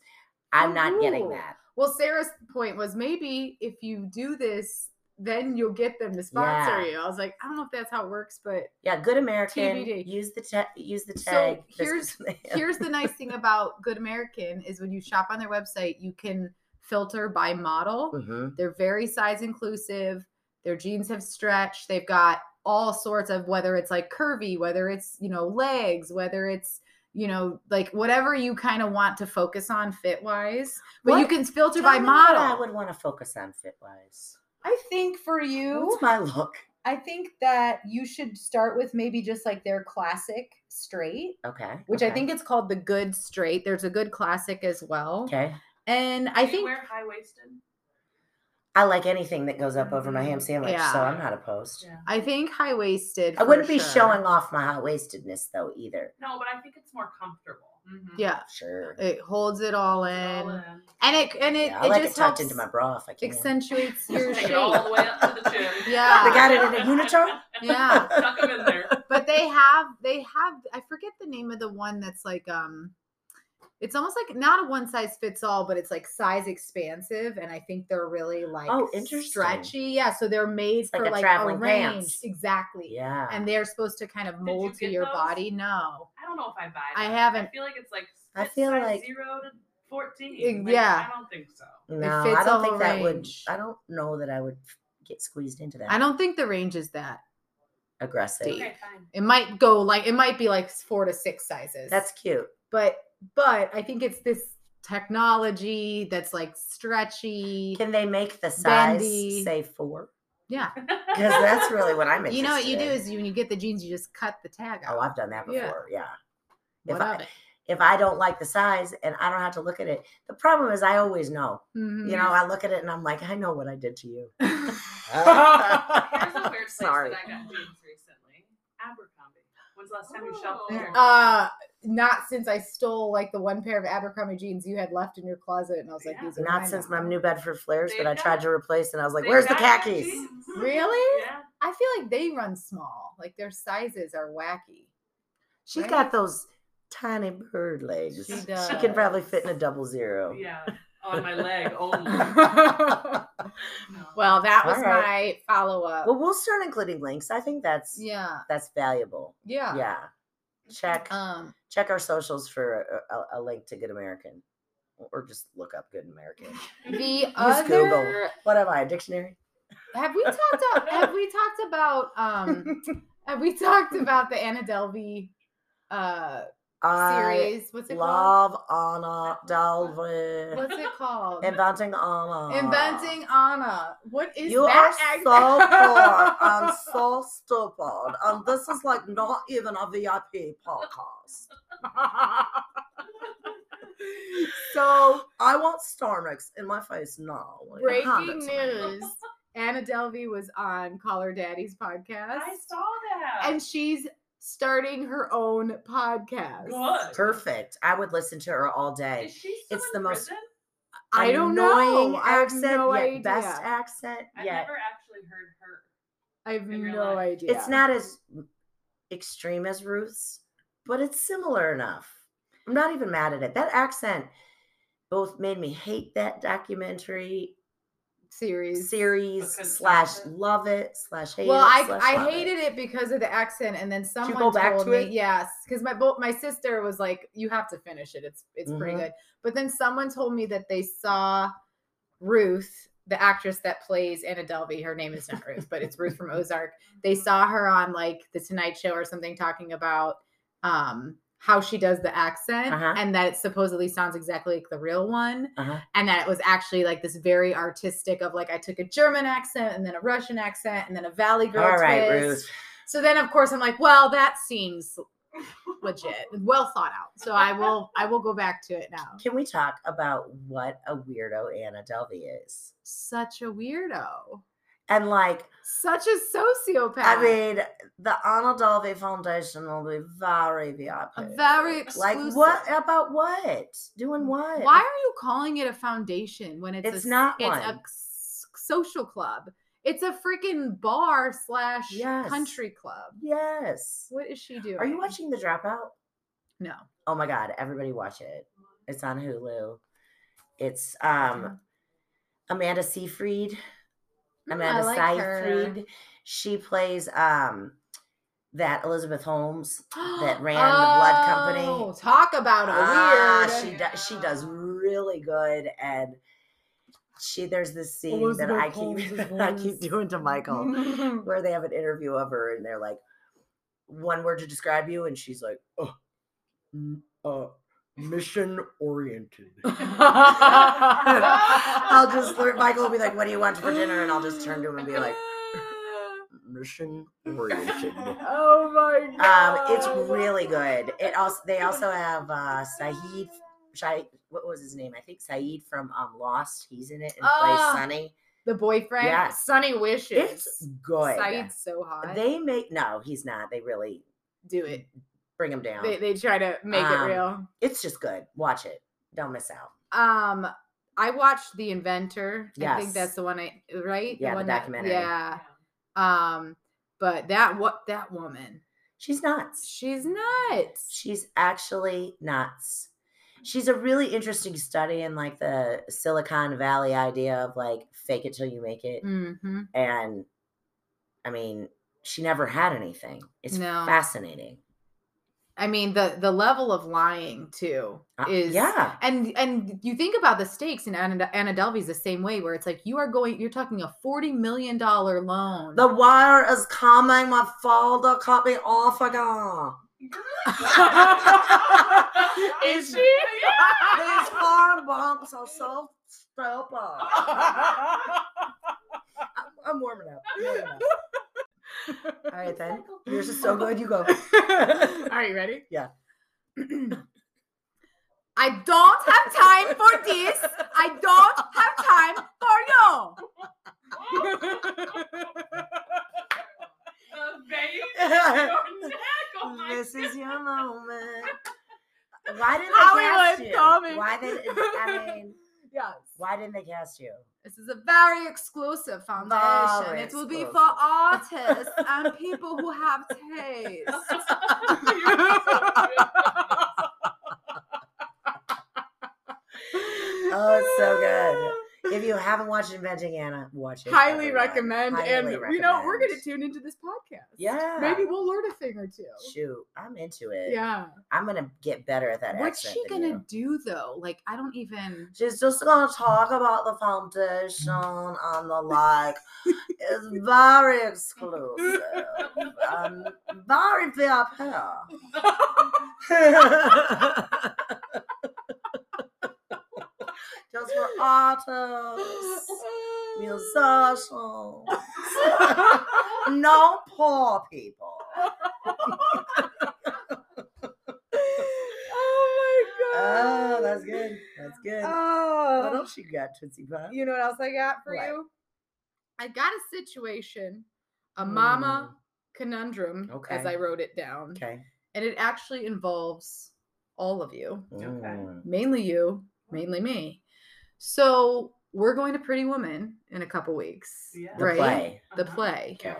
S2: I'm not getting
S1: Ooh.
S2: that.
S1: Well, Sarah's point was maybe if you do this, then you'll get them to sponsor
S2: Yeah.
S1: you. I was like, I don't know if that's how it works, but
S2: Yeah, Good American.
S1: TBD.
S2: Use the ta- use the
S1: So
S2: tag. Biscuits
S1: here's-
S2: in the Hand.
S1: here's the nice thing about Good American is when you shop on their website, you can filter by model.
S2: Mhm.
S1: They're very size inclusive. Their jeans have stretch. They've got all sorts of whether it's like curvy, whether it's, you know, legs, whether it's, you know, like whatever you kind of want to focus on fit wise. But you
S2: What?
S1: can filter
S2: Tell
S1: by
S2: me what
S1: model.
S2: I would want to focus on fit wise.
S1: I think for you,
S2: What's my look?
S1: I think that you should start with maybe just like their classic straight,
S2: Okay.
S1: which I
S2: okay,
S1: think it's called the good straight. There's a good classic as well.
S2: Okay.
S1: And I
S4: Do you
S1: think
S4: wear high waisted.
S2: I like anything that goes up over my ham sandwich, so
S1: Mm, Yeah.
S2: I'm not opposed.
S4: Yeah.
S1: I think high waisted.
S2: I wouldn't be showing off my high waistedness though either.
S4: No, but I think it's more comfortable. Mm-hmm.
S1: Yeah,
S2: Sure.
S1: it holds it all in,
S4: It's all in.
S1: and it and it,
S2: yeah, I
S1: it
S2: like
S1: just
S2: it tucked
S1: helps
S2: into my bra if I can.
S1: accentuates your
S4: Take
S1: shape.
S4: it all the way up to the chin.
S1: Yeah.
S2: They got it in a unitard?
S1: Yeah,
S4: Tuck 'em in there.
S1: but they have they have I forget the name of the one that's like um, it's almost like not a one size fits all, but it's like size expansive, and I think they're really like
S2: Oh, interesting.
S1: stretchy. Yeah, so they're made
S2: like
S1: for
S2: a
S1: like a
S2: traveling
S1: range
S2: pants.
S1: exactly,
S2: Yeah.
S1: and they're supposed to kind of
S4: you
S1: mold to
S4: get
S1: your
S4: those?
S1: body. No,
S4: I don't know if I buy.
S1: I
S4: that.
S1: haven't-
S4: I feel like it's like.
S2: I
S4: it's
S2: feel
S4: size
S2: like- Uh,
S4: zero to
S1: Eh,
S4: fourteen.
S1: yeah.
S4: I don't think so.
S2: no,
S1: fits
S2: I don't
S1: all
S2: think that would.
S1: range.
S2: I don't know that I would get squeezed into that.
S1: I don't think the range is that.
S2: aggressive.
S1: Deep.
S4: Okay, fine.
S1: It might go like it might be like four to six sizes.
S2: That's cute.
S1: but but I think it's this technology that's like stretchy.
S2: Can they make the size
S1: Bendy.
S2: say four?
S1: yeah,
S2: Because that's really what I'm interested.
S1: you know what you do
S2: in.
S1: is you, when you get the jeans, you just cut the tag
S2: Oh,
S1: out.
S2: I've done that
S1: Yeah.
S2: before. Yeah.
S1: What
S2: if I-
S1: of it?
S2: If I don't like the size and I don't have to look at it, the problem is I always know.
S1: Mm-hmm.
S2: You know,
S1: Mm.
S2: I look at it and I'm like, I know what I did to you.
S1: Mhm.
S4: Here's a weird place
S2: Sorry.
S4: that I got jeans recently. Abercrombie. When's the last time you shopped
S3: Oh.
S4: there?
S1: uh, not since I stole like the one pair of Abercrombie jeans you had left in your closet, and I was like,
S4: Yeah.
S1: these are
S2: Not
S1: mine
S2: since
S1: now."
S2: my New Bedford flares, but
S4: They've
S2: I tried
S4: got-
S2: to replace and I was like,
S4: They
S2: where's the
S4: got your
S2: khakis?
S4: jeans.
S1: Really?
S4: Yeah.
S1: I feel like they run small. Like their sizes are wacky.
S2: She's
S1: Right?
S2: got those tiny bird legs.
S1: She
S2: She can probably fit in a double zero.
S4: Yeah. On my leg only.
S1: well, that was
S2: All right.
S1: my follow up.
S2: Well, we'll start including links. I think that's
S1: yeah,
S2: that's valuable.
S1: yeah.
S2: Yeah. Check
S1: Um,
S2: check our socials for a, a, a link to Good American, or just look up Good American.
S1: the
S2: Use
S1: other
S2: Google. What am I? A dictionary?
S1: have we talked about have we talked about um have we talked about the Anna Delvey uh
S2: I
S1: series? What's it called?
S2: love Anna Delvey.
S1: What's it called?
S2: Inventing Anna.
S1: Inventing Anna. What is
S2: You are
S1: that?
S2: so
S1: act-
S2: poor and so stupid, and this is like not even a VIP podcast.
S1: so
S2: I want Star Mix in my face now. It
S1: breaking
S2: happens.
S1: news. Anna Delvey was on Call Her Daddy's podcast.
S4: I saw that.
S1: and she's starting her own podcast.
S4: Good.
S2: Perfect. I would listen to her all day.
S4: Is she still
S2: It's
S4: in
S2: the most-
S4: prison?
S1: I don't
S2: Annoying
S1: know. I have
S2: Accent,
S1: no
S2: yet
S1: idea.
S2: Best accent.
S4: I've
S2: yet.
S4: never actually heard her.
S1: I have
S4: in real
S1: no
S4: life.
S1: idea.
S2: It's not as extreme as Ruth's, but it's similar enough. I'm not even mad at it. That accent both made me hate that documentary
S1: series.
S2: series
S4: Because-
S2: slash love it slash hate
S1: Well,
S2: it.
S1: I
S2: slash
S1: I
S2: love
S1: hated it because of the accent, and then someone
S2: go back
S1: told
S2: to
S1: me
S2: it?
S1: yes, because my both my sister was like, "You have to finish it. It's it's pretty
S2: Mhm.
S1: good." But then someone told me that they saw Ruth, the actress that plays Anna Delvey. Her name is not Ruth, but it's Ruth from Ozark. They saw her on like the Tonight Show or something talking about um how she does the accent
S2: Uh-huh.
S1: and that it supposedly sounds exactly like the real one
S2: Uh-huh.
S1: and that it was actually like this very artistic of like I took a German accent and then a Russian accent and then a Valley Girl
S2: All right,
S1: twist.
S2: Ruth.
S1: So then of course I'm like, well, that seems legit, well thought out. So I will I will go back to it now.
S2: Can we talk about what a weirdo Anna Delvey is?
S1: Such a weirdo.
S2: And like,
S1: Such a sociopath.
S2: I mean, the Anna Delvey Foundation will be very VIP.
S1: a very
S2: like
S1: exclusive. Mm,
S2: what about what? Doing what?
S1: Why are you calling it a foundation when it's a
S2: It's
S1: s-
S2: not
S1: it's a
S2: one.
S1: s- social club. It's a freaking bar slash
S2: Yes.
S1: country club.
S2: Yes.
S1: What is she doing?
S2: Are you watching The Dropout?
S1: No.
S2: Oh my god, everybody watch it. It's on Hulu. It's um Amanda Seyfried.
S1: Mm, I
S2: Amanda
S1: like her.
S2: Seyfried. She plays um that Elizabeth Holmes that ran the blood
S1: Oh,
S2: company.
S1: Talk about a
S2: Ah,
S1: weird.
S2: she does. She does
S4: Yeah.
S2: really good, and she there's this scene that
S1: Elizabeth
S2: I
S1: Holmes'
S2: keep that I keep
S1: voice.
S2: doing to Michael, where they have an interview of her, and they're like, one word to describe you, and she's like, oh, m- uh, mission oriented. I'll just learn. Michael will be like, "What do you want for dinner?" And I'll just turn to him and be like, "Mission oriented."
S1: oh my
S2: Um,
S1: god.
S2: it's really good. It also they also have uh Saeed Shai, what was his name? I think Saeed from um Lost. He's in it and
S1: Ah.
S2: plays Sunny.
S1: the boyfriend.
S2: Yes.
S1: Sunny wishes.
S2: It's good.
S1: Saeed's so hot. They
S2: They make no, he's not. They really
S1: do it.
S2: bring him down.
S1: They, they try to make it
S2: Um,
S1: real.
S2: it's just good. Watch it. Don't miss out.
S1: Um, I watched The Inventor. I think
S2: Yes.
S1: that's the one I right.
S2: Yeah, the
S1: one that-
S2: documentary.
S1: yeah. Um, but that what that woman,
S2: She's nuts.
S1: she's nuts.
S2: She's actually nuts. She's a really interesting study in like the Silicon Valley idea of like fake it till you make it.
S1: hmm
S2: and I mean, she never had anything. It's
S1: No.
S2: fascinating.
S1: I mean the the level of lying too
S2: Uh,
S1: is
S2: yeah,
S1: and and you think about the stakes in Anna, Anna Delvey's the same way where it's like you are going you're talking a 40 million dollar loan.
S2: the wire is coming. My father cut me off again.
S1: Is she?
S2: These farm bumps are so stupid. I'm, I'm warming up. I'm warming up. All right then. Yours is so good. You go.
S1: Are you ready?
S2: Yeah.
S1: I don't have time for this. I don't have time for you.
S4: The veins in your neck. Oh my
S2: this is your moment. Why did they cast
S1: Hollywood
S2: you?
S1: coming.
S2: Why did I mean?
S1: Yes.
S2: Why didn't they cast you?
S1: This is a very exclusive foundation.
S2: Very
S1: it will be for
S2: exclusive.
S1: artists and people who have taste.
S2: Oh, it's so good. If you haven't watched Inventing Anna, watch it.
S1: Highly
S2: everyone.
S1: recommend. and
S2: Highly
S1: you know, we're
S2: recommend.
S1: gonna tune into this podcast.
S2: Yeah.
S1: Maybe we'll learn a thing or two.
S2: Shoot, I'm into it.
S1: Yeah.
S2: I'm gonna get better at that.
S1: What's
S2: accent
S1: she
S2: than
S1: gonna
S2: you.
S1: do though? Like, I don't even
S2: She's just gonna talk about the foundation on the like. it's very exclusive. Um, very VIP. just for artists, musicians, no poor people.
S1: Oh my god.
S2: Oh, that's good. That's good. what
S1: Oh,
S2: else you got, Tootsie Pop?
S1: you know what else I got for
S2: What?
S1: you? I got a situation, a mama conundrum, as I
S2: Okay.
S1: wrote it down.
S2: Okay.
S1: And it actually involves all of you,
S4: Okay.
S2: Mm.
S1: mainly you, mainly me. So we're going to Pretty Woman in a couple weeks.
S4: Yeah.
S2: The
S1: Right?
S2: play.
S1: The
S4: Uh-huh.
S1: play.
S2: Okay.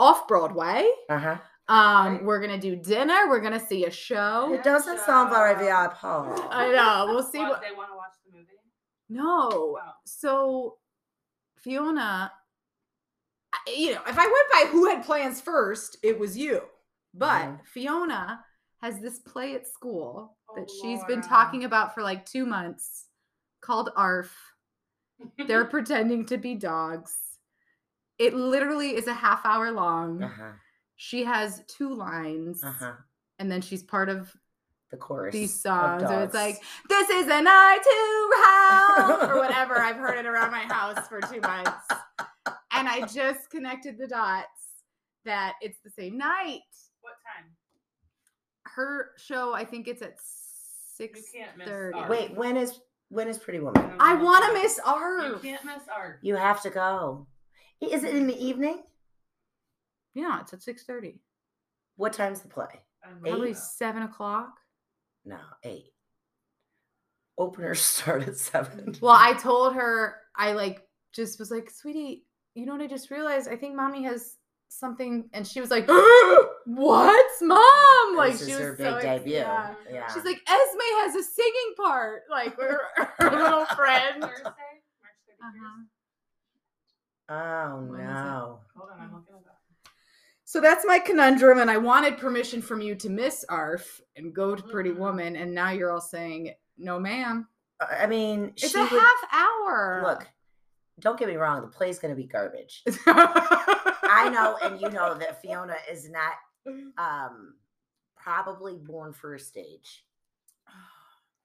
S1: Off Broadway.
S2: Uh huh.
S1: Um,
S3: Right.
S1: We're going to do dinner. We're going to see a show.
S2: It doesn't sound very VIP.
S1: I know. We'll see
S4: What,
S1: what. Oh.
S4: they want to watch the movie. Oh.
S1: No.
S4: Wow.
S1: So, Fiona, I- you know, if I went by who had plans first, it was you. But
S2: Mhm.
S1: Fiona has this play at school that
S4: Oh,
S1: she's been
S4: Laura.
S1: talking about for like two months called ARF. They're
S4: Mm-hmm.
S1: pretending to be dogs. It literally is a half hour long.
S2: Uh huh.
S1: She has two lines,
S2: Uh huh.
S1: and then she's part of
S2: The chorus.
S1: these
S2: of
S1: songs and it's
S2: dogs.
S1: like this is an eye to help or whatever i've heard it around my house for two months and i just connected the dots that it's the same night
S4: What time?
S1: her show i think it's at six
S4: can't miss
S1: thirty.
S4: ours.
S2: Wait, when is when is Pretty Woman?
S1: i want to miss
S4: miss. You
S1: our
S4: can't miss art.
S2: You have to go. I- Is it in the evening?
S1: yeah it's at six thirty.
S2: What time's the play?
S1: probably
S2: Eight?
S1: seven o'clock
S2: No, eight. Openers start at seven.
S1: well i told her i like just was like sweetie you know what i just realized i think mommy has something and she was like what mom like
S2: this
S1: she
S2: is
S1: was
S2: her big
S1: so ex-
S2: debut.
S1: yeah.
S2: Yeah.
S4: yeah.
S1: She's like, Esme has a singing part. Like, her, her little friend.
S4: Thursday, March 31st.
S1: Uh-huh.
S2: oh
S1: When is it?
S2: no.
S4: Hold on, I'm looking at that.
S1: So that's my conundrum. And I wanted permission from you to miss ARF and go to Pretty
S4: Mhm.
S1: Woman. And now you're all saying, no, ma'am.
S2: I I mean,
S1: It's
S2: she
S1: a
S2: would,
S1: half hour.
S2: look. Don't get me wrong. The play's going to be garbage. I know, and you know that Fiona is not um probably born for a stage,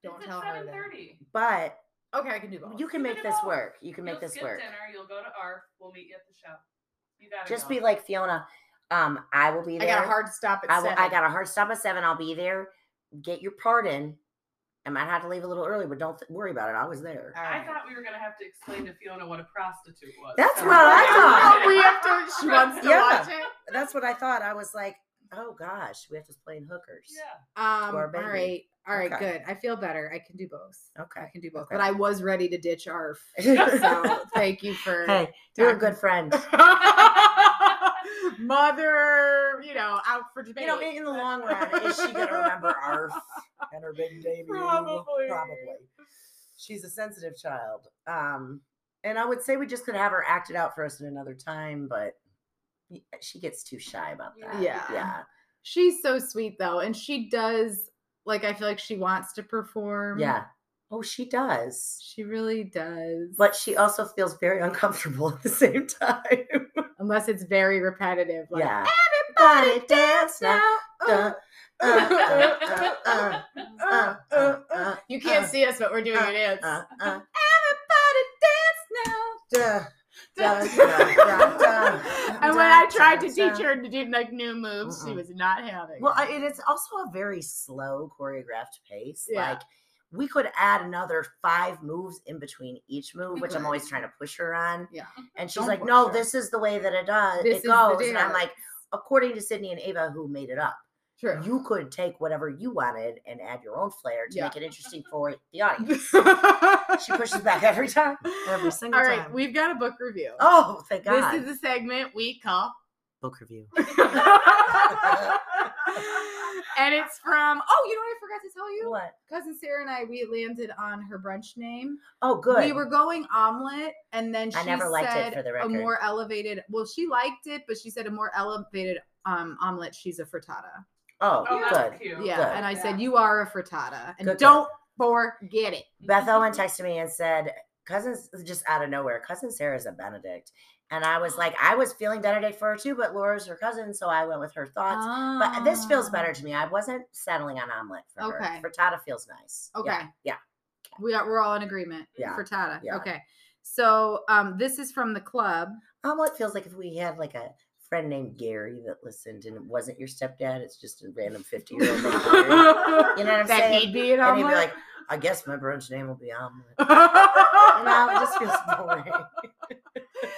S1: Don't
S4: it's
S1: tell
S4: at
S1: her.
S4: 7:30.
S2: but
S1: That. Okay, I can do both.
S2: you can
S4: Keep
S2: make
S4: it
S2: this
S4: all.
S2: work. You can make
S4: You'll
S2: this
S4: skip
S2: work.
S4: dinner. You'll go to ARF. We'll meet you at the show. You gotta
S2: Just
S4: go.
S2: be like Fiona. Um, I will be
S1: I
S2: there.
S1: got a hard stop at
S2: I, will,
S1: seven.
S2: I got a hard stop at seven. I'll be there. Get your part in. I might have to leave a little early, but don't th- worry about it. I was there.
S1: All
S4: I
S1: right.
S4: thought we were gonna have to explain to Fiona what a prostitute was.
S2: That's
S4: so-
S2: what I thought.
S1: Oh, we have to, she wants to
S2: Yeah.
S1: watch it.
S2: That's what I thought. I was like, oh gosh, we have to play in hookers.
S4: Yeah.
S1: Um,
S2: our
S1: all
S2: baby.
S1: right. All right,
S2: Okay.
S1: good. I feel better. I can do both. I
S2: Okay.
S1: can do both.
S2: Okay.
S1: But I was ready to ditch ARF.
S2: hey,
S1: So thank you for
S2: you're a good friend.
S1: mother, you know, out for debate.
S2: You know, in the long run, is she gonna remember Arf and her big debut?
S1: Probably.
S2: Probably. She's a sensitive child. Um, and I would say we just could have her act it out for us at another time, but y- she gets too shy about that.
S1: Yeah.
S2: Yeah.
S1: She's so sweet though, and she does like I feel like she wants to perform.
S2: Yeah. Oh, she does.
S1: She really does.
S2: But she also feels very uncomfortable at the same time.
S1: unless it's very repetitive. Like,
S2: yeah. Everybody dance
S1: Now,
S2: Uh, uh, uh, uh, uh, uh, uh,
S1: you can't
S2: uh,
S1: see us, but we're doing
S2: uh,
S1: a dance.
S2: uh, uh,
S1: Everybody
S2: duh.
S1: dance
S2: dun,
S1: now.
S2: dun,
S1: and when
S2: dun,
S1: I tried to
S2: dun, dun.
S1: teach her to do like new moves, she
S2: Mm-mm.
S1: was not having.
S2: Well,
S1: it.
S2: I- and it's also a very slow choreographed pace.
S1: Yeah.
S2: Like we could add another five moves in between each move, which I'm always trying to push her on.
S1: Mm-hmm. Yeah.
S2: And she's
S1: Don't
S2: like,
S1: push
S2: "No,
S1: her.
S2: this is the way that it does.
S1: This
S2: it
S1: is the
S2: goes." And I'm
S1: dance.
S2: like, "According to Sydney and Ava, who made it up."
S1: True.
S2: You could take whatever you wanted and add your own flair to
S1: Yeah.
S2: make it interesting for the audience.
S1: she
S2: She pushes back every time. Every single
S1: All right,
S2: time.
S1: we've got a book review.
S2: oh, thank
S1: this
S2: God.
S1: is the segment we call
S2: Book review.
S1: and it's from oh, you know what I forgot to tell you?
S2: What?
S1: Cousin Sarah and I we landed on her brunch name.
S2: Oh, good.
S1: We were going omelet, and then she
S2: I never liked it
S1: said
S2: for the
S1: a
S2: record.
S1: more elevated. Well, she liked it, but she said a more elevated um omelet. She's a frittata.
S2: oh,
S4: Oh,
S2: good.
S4: that's cute.
S1: Yeah,
S2: Good.
S1: and I said
S3: Yeah.
S1: you are a frittata, and
S2: Good, good.
S1: don't forget it.
S2: Beth Owen texted me and said, "Cousins, just out of nowhere, cousin Sarah's a Benedict," and I was like, "I was feeling Benedict for her too, but Laura's her cousin, so I went with her thoughts." But this feels
S1: Ah.
S2: better to me. I wasn't settling on omelet for
S1: Okay.
S2: her. Frittata feels nice. Yeah,
S1: Okay.
S2: yeah.
S1: We are we're all in agreement.
S2: Yeah,
S1: Frittata.
S2: yeah.
S1: Okay. So um this is from the club.
S2: Omelet feels like if we had like a friend named Gary that listened and it wasn't your stepdad. It's just a random fifty year old. You know
S1: that
S2: what I'm saying?
S1: he'd be an
S2: And he'd be
S1: omelet.
S2: like, "I guess my brunch name will be omelet." You know, it just feels boring.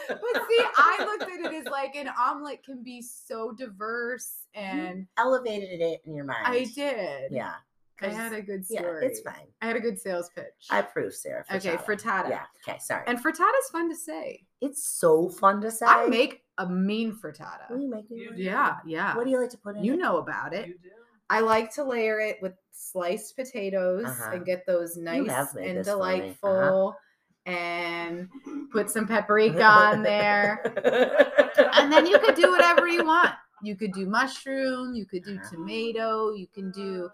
S1: but see, I looked at it as like an omelet can be so diverse and
S2: Elevated it in your mind.
S1: I did.
S2: Mm-hmm. Yeah.
S1: I
S2: 'cause-
S1: had a good
S2: yeah,
S1: story.
S2: it's fine.
S1: I had a good sales pitch.
S2: I approve, Sarah.
S1: okay, frittata.
S2: Yeah. Okay. Sorry.
S1: And frittata's fun to say.
S2: it's so fun to say.
S1: I make a mean
S2: Will
S1: frittata.
S2: you make me
S4: You
S2: one?
S4: do.
S1: Yeah, yeah.
S2: What do you like to put in?
S1: You
S2: it?
S1: know about it.
S4: You do.
S1: I like to layer it with sliced potatoes
S2: Uh-huh.
S1: and get those nice
S2: have made
S1: and
S2: this for me. Uh-huh.
S1: delightful and put some paprika on there. And then you could do whatever you want. You could do mushroom, you could do
S2: Uh-huh.
S1: tomato, you can do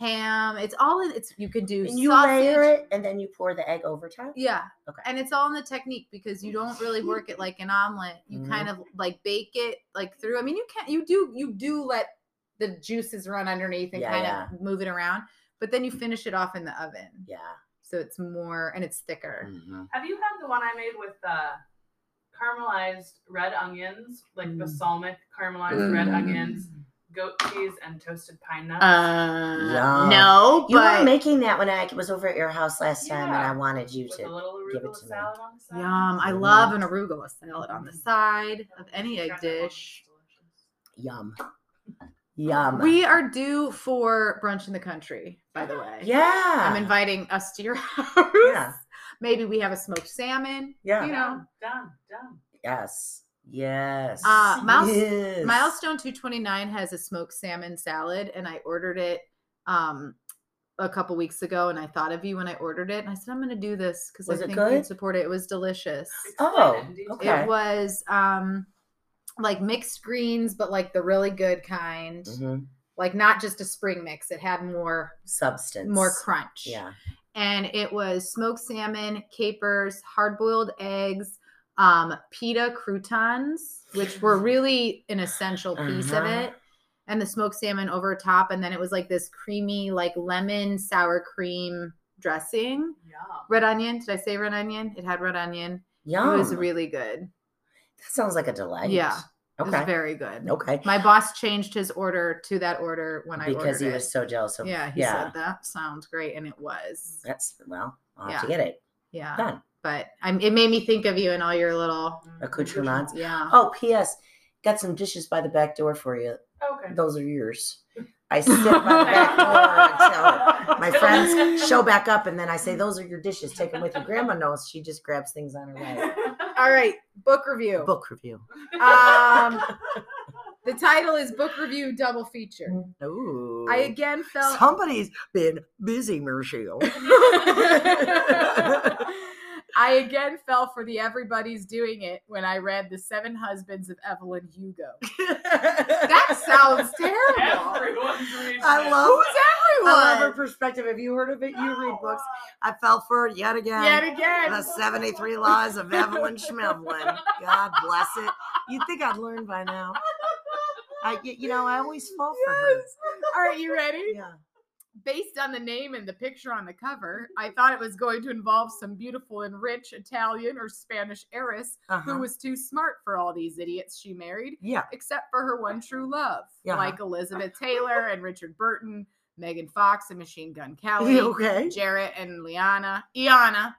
S1: ham. It's all in it's you could do
S2: And you
S1: sausage.
S2: layer it, and then you pour the egg over top.
S1: Yeah.
S2: Okay.
S1: And it's all in the technique because you don't really work it like an omelet. You
S2: Mhm.
S1: kind of like bake it like through. I mean, you can't you do you do let the juices run underneath and
S2: Yeah,
S1: kind
S2: yeah.
S1: of move it around, but then you finish it off in the oven.
S2: Yeah.
S1: So it's more and it's thicker.
S4: Have you had the one I made with uh, caramelized red onions, like
S2: Mm.
S4: balsamic caramelized red
S2: Mm.
S4: onions, goat cheese, and toasted pine nuts?
S1: Uh
S2: Yum.
S1: no,
S2: You were
S1: but
S2: making that when I was over at your house last time, and
S4: Yeah.
S2: I wanted you
S4: with a
S2: to.
S4: little
S2: give it
S4: arugula
S2: to me.
S4: salad on the side.
S1: yum. I
S2: Mm.
S1: love an arugula salad on the side of any egg
S4: Got that one.
S1: dish.
S2: Yum. Yum.
S1: We are due for brunch in the country, by the way.
S2: yeah.
S1: I'm inviting us to your house.
S2: Ah. Yeah.
S1: Maybe we have a smoked salmon.
S2: Yeah.
S1: You know,
S4: Done, done.
S2: Yes. Yes.
S1: Uh, Miles-
S2: Yes.
S1: Milestone 229 has a smoked salmon salad, and I ordered it um, a couple weeks ago. And I thought of you when I ordered it, and I said I'm going to do this because I
S2: Was it
S1: think
S2: good?
S1: you'd support it. It was delicious.
S4: Explain
S2: Oh,
S4: it in detail.
S2: okay.
S1: It was um, like mixed greens, but like the really good kind,
S2: Mhm.
S1: like not just a spring mix. It had more
S2: Substance.
S1: more crunch.
S2: Yeah.
S1: and it was smoked salmon, capers, hard boiled eggs, um, pita croutons, which were really an essential piece of
S2: Uh-huh.
S1: it, and the smoked salmon over top. And then it was like this creamy, like lemon sour cream dressing.
S4: Yum.
S1: Red onion. Did I say red onion? It had red onion.
S2: Yum.
S1: It was really good.
S2: That sounds like a delight.
S1: Yeah. It
S2: Okay.
S1: was very good.
S2: okay.
S1: My boss changed his order to that order when I
S2: because
S1: ordered
S2: he
S1: it.
S2: was so jealous of
S1: yeah, he
S2: yeah.
S1: said that sounds great, and it was.
S2: That's well, I'll have to get it
S1: Yeah.
S2: done.
S1: but I'm, it made me think of you and all your little
S2: Accoutrements.
S1: yeah
S2: Oh, P.S. Got some dishes by the back door for you.
S4: Okay.
S2: Those are yours. I sit by the back door until my friends show back up, and then I say, "Those are your dishes. Take them with you." Grandma knows she just grabs things on her way.
S1: Oh, all right book review
S2: Book review.
S1: um the title is book review double feature
S2: Ooh.
S1: i again
S2: uh,
S1: felt
S2: Somebody's been busy, Michelle.
S1: I again fell for the everybody's doing it when I read The Seven Husbands of Evelyn Hugo. That sounds terrible.
S4: Everyone's reading
S2: I
S4: it.
S2: love.
S1: Everyone.
S2: I love her perspective. Have you heard of it? You read books. I fell for it yet again.
S1: Yet again.
S2: The 73 Lies of Evelyn Schmevlin. God bless it. You'd think I'd learn by now. I, y- you know, I always fall for her.
S1: Yes. All right, you ready?
S2: Yeah.
S1: based on the name and the picture on the cover, I thought it was going to involve some beautiful and rich Italian or Spanish heiress who
S2: Uh-huh.
S1: was too smart for all these idiots she married,
S2: Yeah.
S1: except for her one true love,
S2: Yeah. uh-huh.
S1: like Elizabeth Taylor and Richard Burton, Megan Fox and Machine Gun Kelly,
S2: Okay.
S1: Jarrett and Liana, Iana,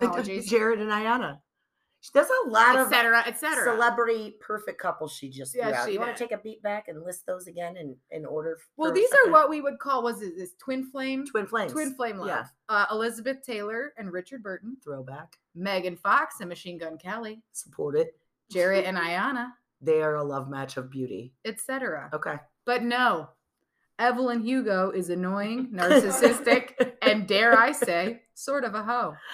S1: apologies,
S2: Jared and Ayana. She does a lot
S1: et
S2: of
S1: cetera, et cetera.
S2: celebrity perfect couples she just threw
S1: Yes,
S2: out.
S1: she
S2: you want
S1: did.
S2: to take a beat back and list those again in, in order?
S1: well,
S2: for
S1: these are
S2: second-
S1: what we would call was it this twin flame,
S2: twin flames.
S1: twin flame love.
S2: yeah.
S1: Uh, Elizabeth Taylor and Richard Burton,
S2: throwback.
S1: Megan Fox and Machine Gun Kelly,
S2: Support it.
S1: Jarrett and Ayana,
S2: They are a love match of beauty.
S1: etc.
S2: Okay.
S1: But no, Evelyn Hugo is annoying, narcissistic, and dare I say, sort of a hoe.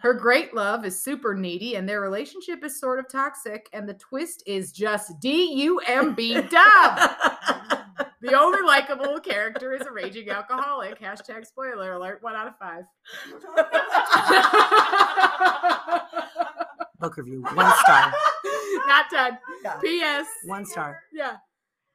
S1: Her great love is super needy, and their relationship is sort of toxic. And the twist is just D U M B dub. The only likable character is a raging alcoholic. Hashtag spoiler alert. One out of five.
S2: Book review. One star.
S1: Not done.
S2: Yeah.
S1: P.S.
S2: One star.
S1: Yeah.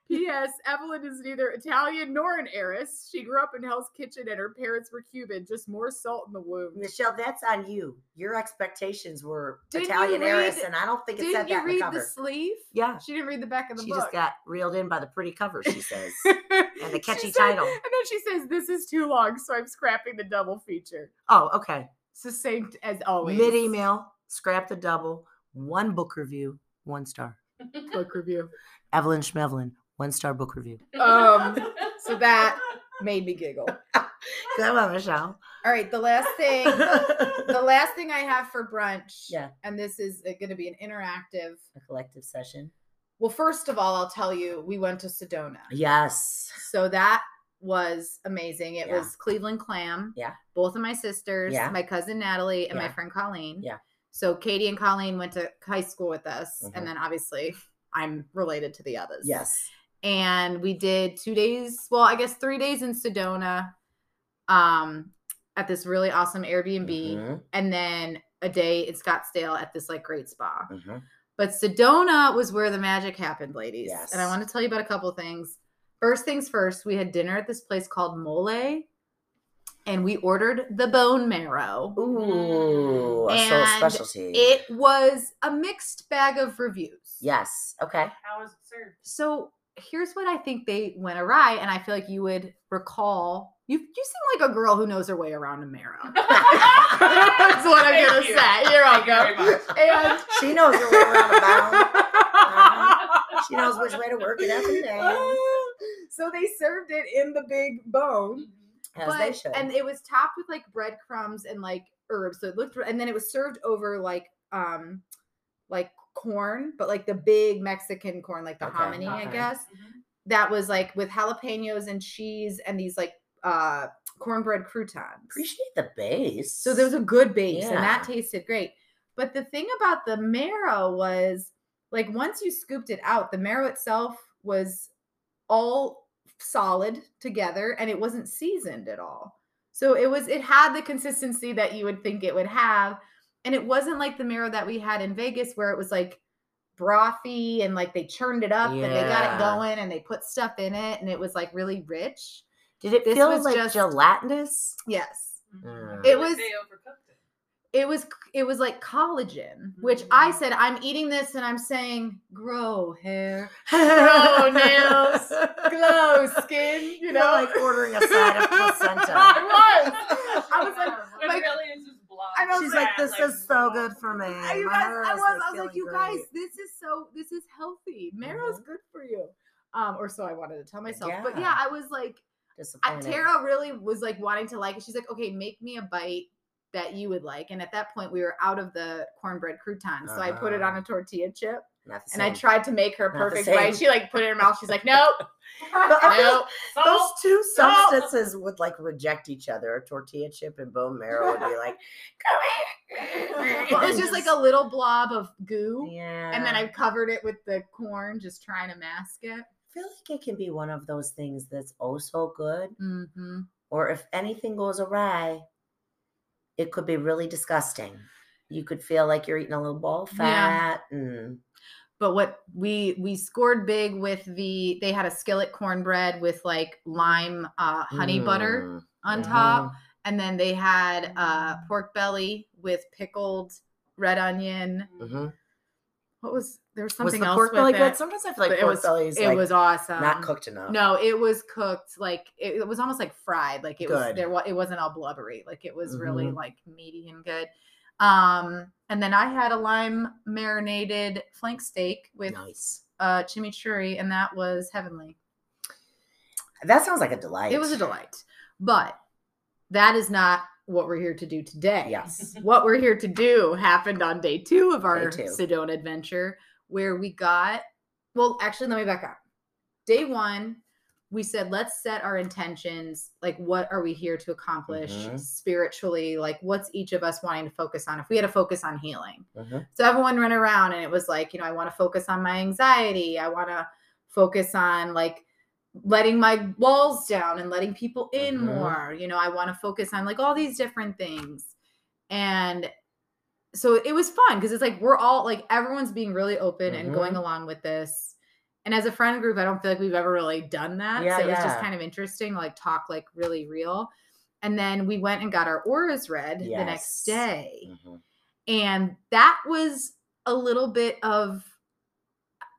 S1: P.S. Evelyn is neither Italian nor an heiress. She grew up in Hell's Kitchen, and her parents were Cuban. Just more salt in the wound.
S2: Michelle, that's on you. Your expectations were
S1: Didn't you
S2: Italian heiress,
S1: read-
S2: and I don't think it said that
S1: Didn't you
S2: in the
S1: read
S2: cover.
S1: the sleeve?
S2: yeah.
S1: She didn't read the back of the
S2: She
S1: book.
S2: just got reeled in by the pretty cover, she says.
S1: and
S2: the catchy title.
S1: And then she says, "This is too long, so I'm scrapping the double feature."
S2: oh, okay.
S1: Succinct as always.
S2: Mid email, scrap the double, one book review, one star.
S1: book review
S2: Evelyn Schmevelin, one star book review.
S1: Um, so that- made me giggle.
S2: Come on, Michelle.
S1: All right, the last thing, the last thing I have for brunch.
S2: Yeah.
S1: and this is going to be an interactive.
S2: A collective session.
S1: Well, first of all, I'll tell you, we went to Sedona,
S2: Yes.
S1: so that was amazing. It
S2: Yeah.
S1: was Cleveland Clam.
S2: Yeah.
S1: both of my sisters,
S2: Yeah.
S1: my cousin Natalie, and my
S2: Yeah.
S1: friend Colleen.
S2: Yeah.
S1: So Katie and Colleen went to high school with us,
S2: Mhm.
S1: and then obviously I'm related to the others.
S2: Yes.
S1: and we did two days well i guess three days in sedona um at this really awesome airbnb
S2: Mhm,
S1: and then a day in scottsdale at this like great spa
S2: mhm.
S1: but sedona was where the magic happened ladies and i
S2: Yes.
S1: want to tell you about a couple things first things first we had dinner at this place called mole and we ordered the bone marrow
S2: Ooh, a soul
S1: And
S2: specialty.
S1: it was a mixed bag of reviews
S2: yes. Okay.
S4: How was it served?
S1: So here's what I think they went awry, and I feel like you would recall. You you seem like a girl who knows her way around a marrow. That's what I'm
S4: Thank
S1: gonna
S4: you.
S1: say. You're
S4: Thank you
S1: welcome.
S4: very much.
S1: And
S2: She knows her way around a bound. Uh-huh. She knows which way to work it up and down.
S1: so they served it in the big bone,
S4: Mm-hmm.
S2: As
S1: but-
S2: they should.
S1: and it was topped with like breadcrumbs and like herbs. So it looked, and then it was served over like um, like corn, but like the big Mexican corn, like the
S2: Okay,
S1: hominy, I
S2: okay.
S1: guess. that was like with jalapenos and cheese and these like uh cornbread croutons.
S2: Appreciate the base.
S1: So there was a good base and that
S2: Yeah.
S1: tasted great. But the thing about the marrow was like once you scooped it out, the marrow itself was all solid together and it wasn't seasoned at all. So it was it had the consistency that you would think it would have and it wasn't like the marrow that we had in Vegas where it was like brothy and like they churned it up and they got
S2: Yeah.
S1: it going and they put stuff in it and it was like really rich.
S2: Did it
S1: this
S2: feel
S1: was
S2: like
S1: just-
S2: gelatinous?
S1: Yes.
S2: Mm.
S1: It was-
S4: They overcooked it.
S1: it was c- it was like collagen which i said i'm eating this and i'm saying grow hair Grow Oh, nails. glow skin you
S2: You
S1: know
S2: know, like ordering a side of placenta.
S1: i was i was like
S4: It
S1: like-
S4: really is just blood.
S1: I know,
S2: She's
S1: Yeah,
S2: like, this is so good for me.
S1: I- you
S2: My
S1: guys,
S2: hair
S1: I
S2: is,
S1: was, I was like,
S2: feeling
S1: you
S2: great."
S1: guys, this is so, this is healthy. Marrow's good for you. Um, or so I wanted to tell myself. But Mm-hmm. yeah,
S2: Yeah.
S1: I was like, I,
S2: Disappointed.
S1: Tara really was like wanting to like it. She's like, okay, make me a bite that you would like. And at that point, we were out of the cornbread crouton, so I put it
S2: Uh-huh.
S1: on a tortilla chip.
S2: Not the
S1: And I
S2: same.
S1: tried to make her
S2: Not the
S1: perfect
S2: same.
S1: bite. She like put it in her mouth. She's like, nope,
S2: But I
S1: nope.
S2: Those
S4: Salt.
S2: two
S4: Salt.
S2: substances would like reject each other. A tortilla chip and bone marrow would be like, come here.
S1: Well, it was just like a little blob of goo.
S2: yeah.
S1: And then I covered it with the corn, just trying to mask it.
S2: feel like it can be one of those things that's oh so good,
S1: hmm
S2: or if anything goes awry, it could be really disgusting. You could feel like you're eating a little ball of
S1: Yeah.
S2: fat, and
S1: But what we we scored big with the they had a skillet cornbread with like lime uh, honey butter
S2: Mm,
S1: on
S2: mhm.
S1: top, and then they had uh, pork belly with pickled red onion.
S2: Mhm.
S1: What was there was
S2: Was
S1: something
S2: the
S1: else
S2: pork
S1: with
S2: belly
S1: it?
S2: good? Sometimes I feel like
S1: But it
S2: pork
S1: was-
S2: belly is
S1: it
S2: like
S1: was awesome.
S2: not cooked enough.
S1: No, it was cooked like it, it was almost like fried. Like it was
S2: Good.
S1: there. wa- It wasn't all blubbery. Like it was really
S2: Mhm.
S1: like meaty and good. Um, and then I had a lime marinated flank steak with
S2: nice.
S1: uh, chimichurri, and that was heavenly.
S2: That sounds like a delight.
S1: It was a delight. But that is not what we're here to do today.
S2: Yes.
S1: What we're here to do happened on day two of our
S2: Day two.
S1: Sedona adventure, where we got, well, actually, let me back up. Day one, we said, let's set our intentions. Like, what are we here to accomplish
S2: Mhm.
S1: spiritually? Like, what's each of us wanting to focus on? If we had to focus on healing,
S2: Mhm.
S1: so everyone ran around and it was like, you know, I want to focus on my anxiety. I want to focus on like letting my walls down and letting people in
S2: Mhm.
S1: more. You know, I want to focus on like all these different things. And so it was fun because it's like we're all like everyone's being really open
S2: Mm-hmm.
S1: and going along with this. And as a friend group, I don't feel like we've ever really done that.
S2: Yeah,
S1: so it was just
S2: yeah.
S1: kind of interesting, like talk like really real. And then we went and got our auras read the next
S2: Yes.
S1: day
S2: Mhm.
S1: and that was a little bit of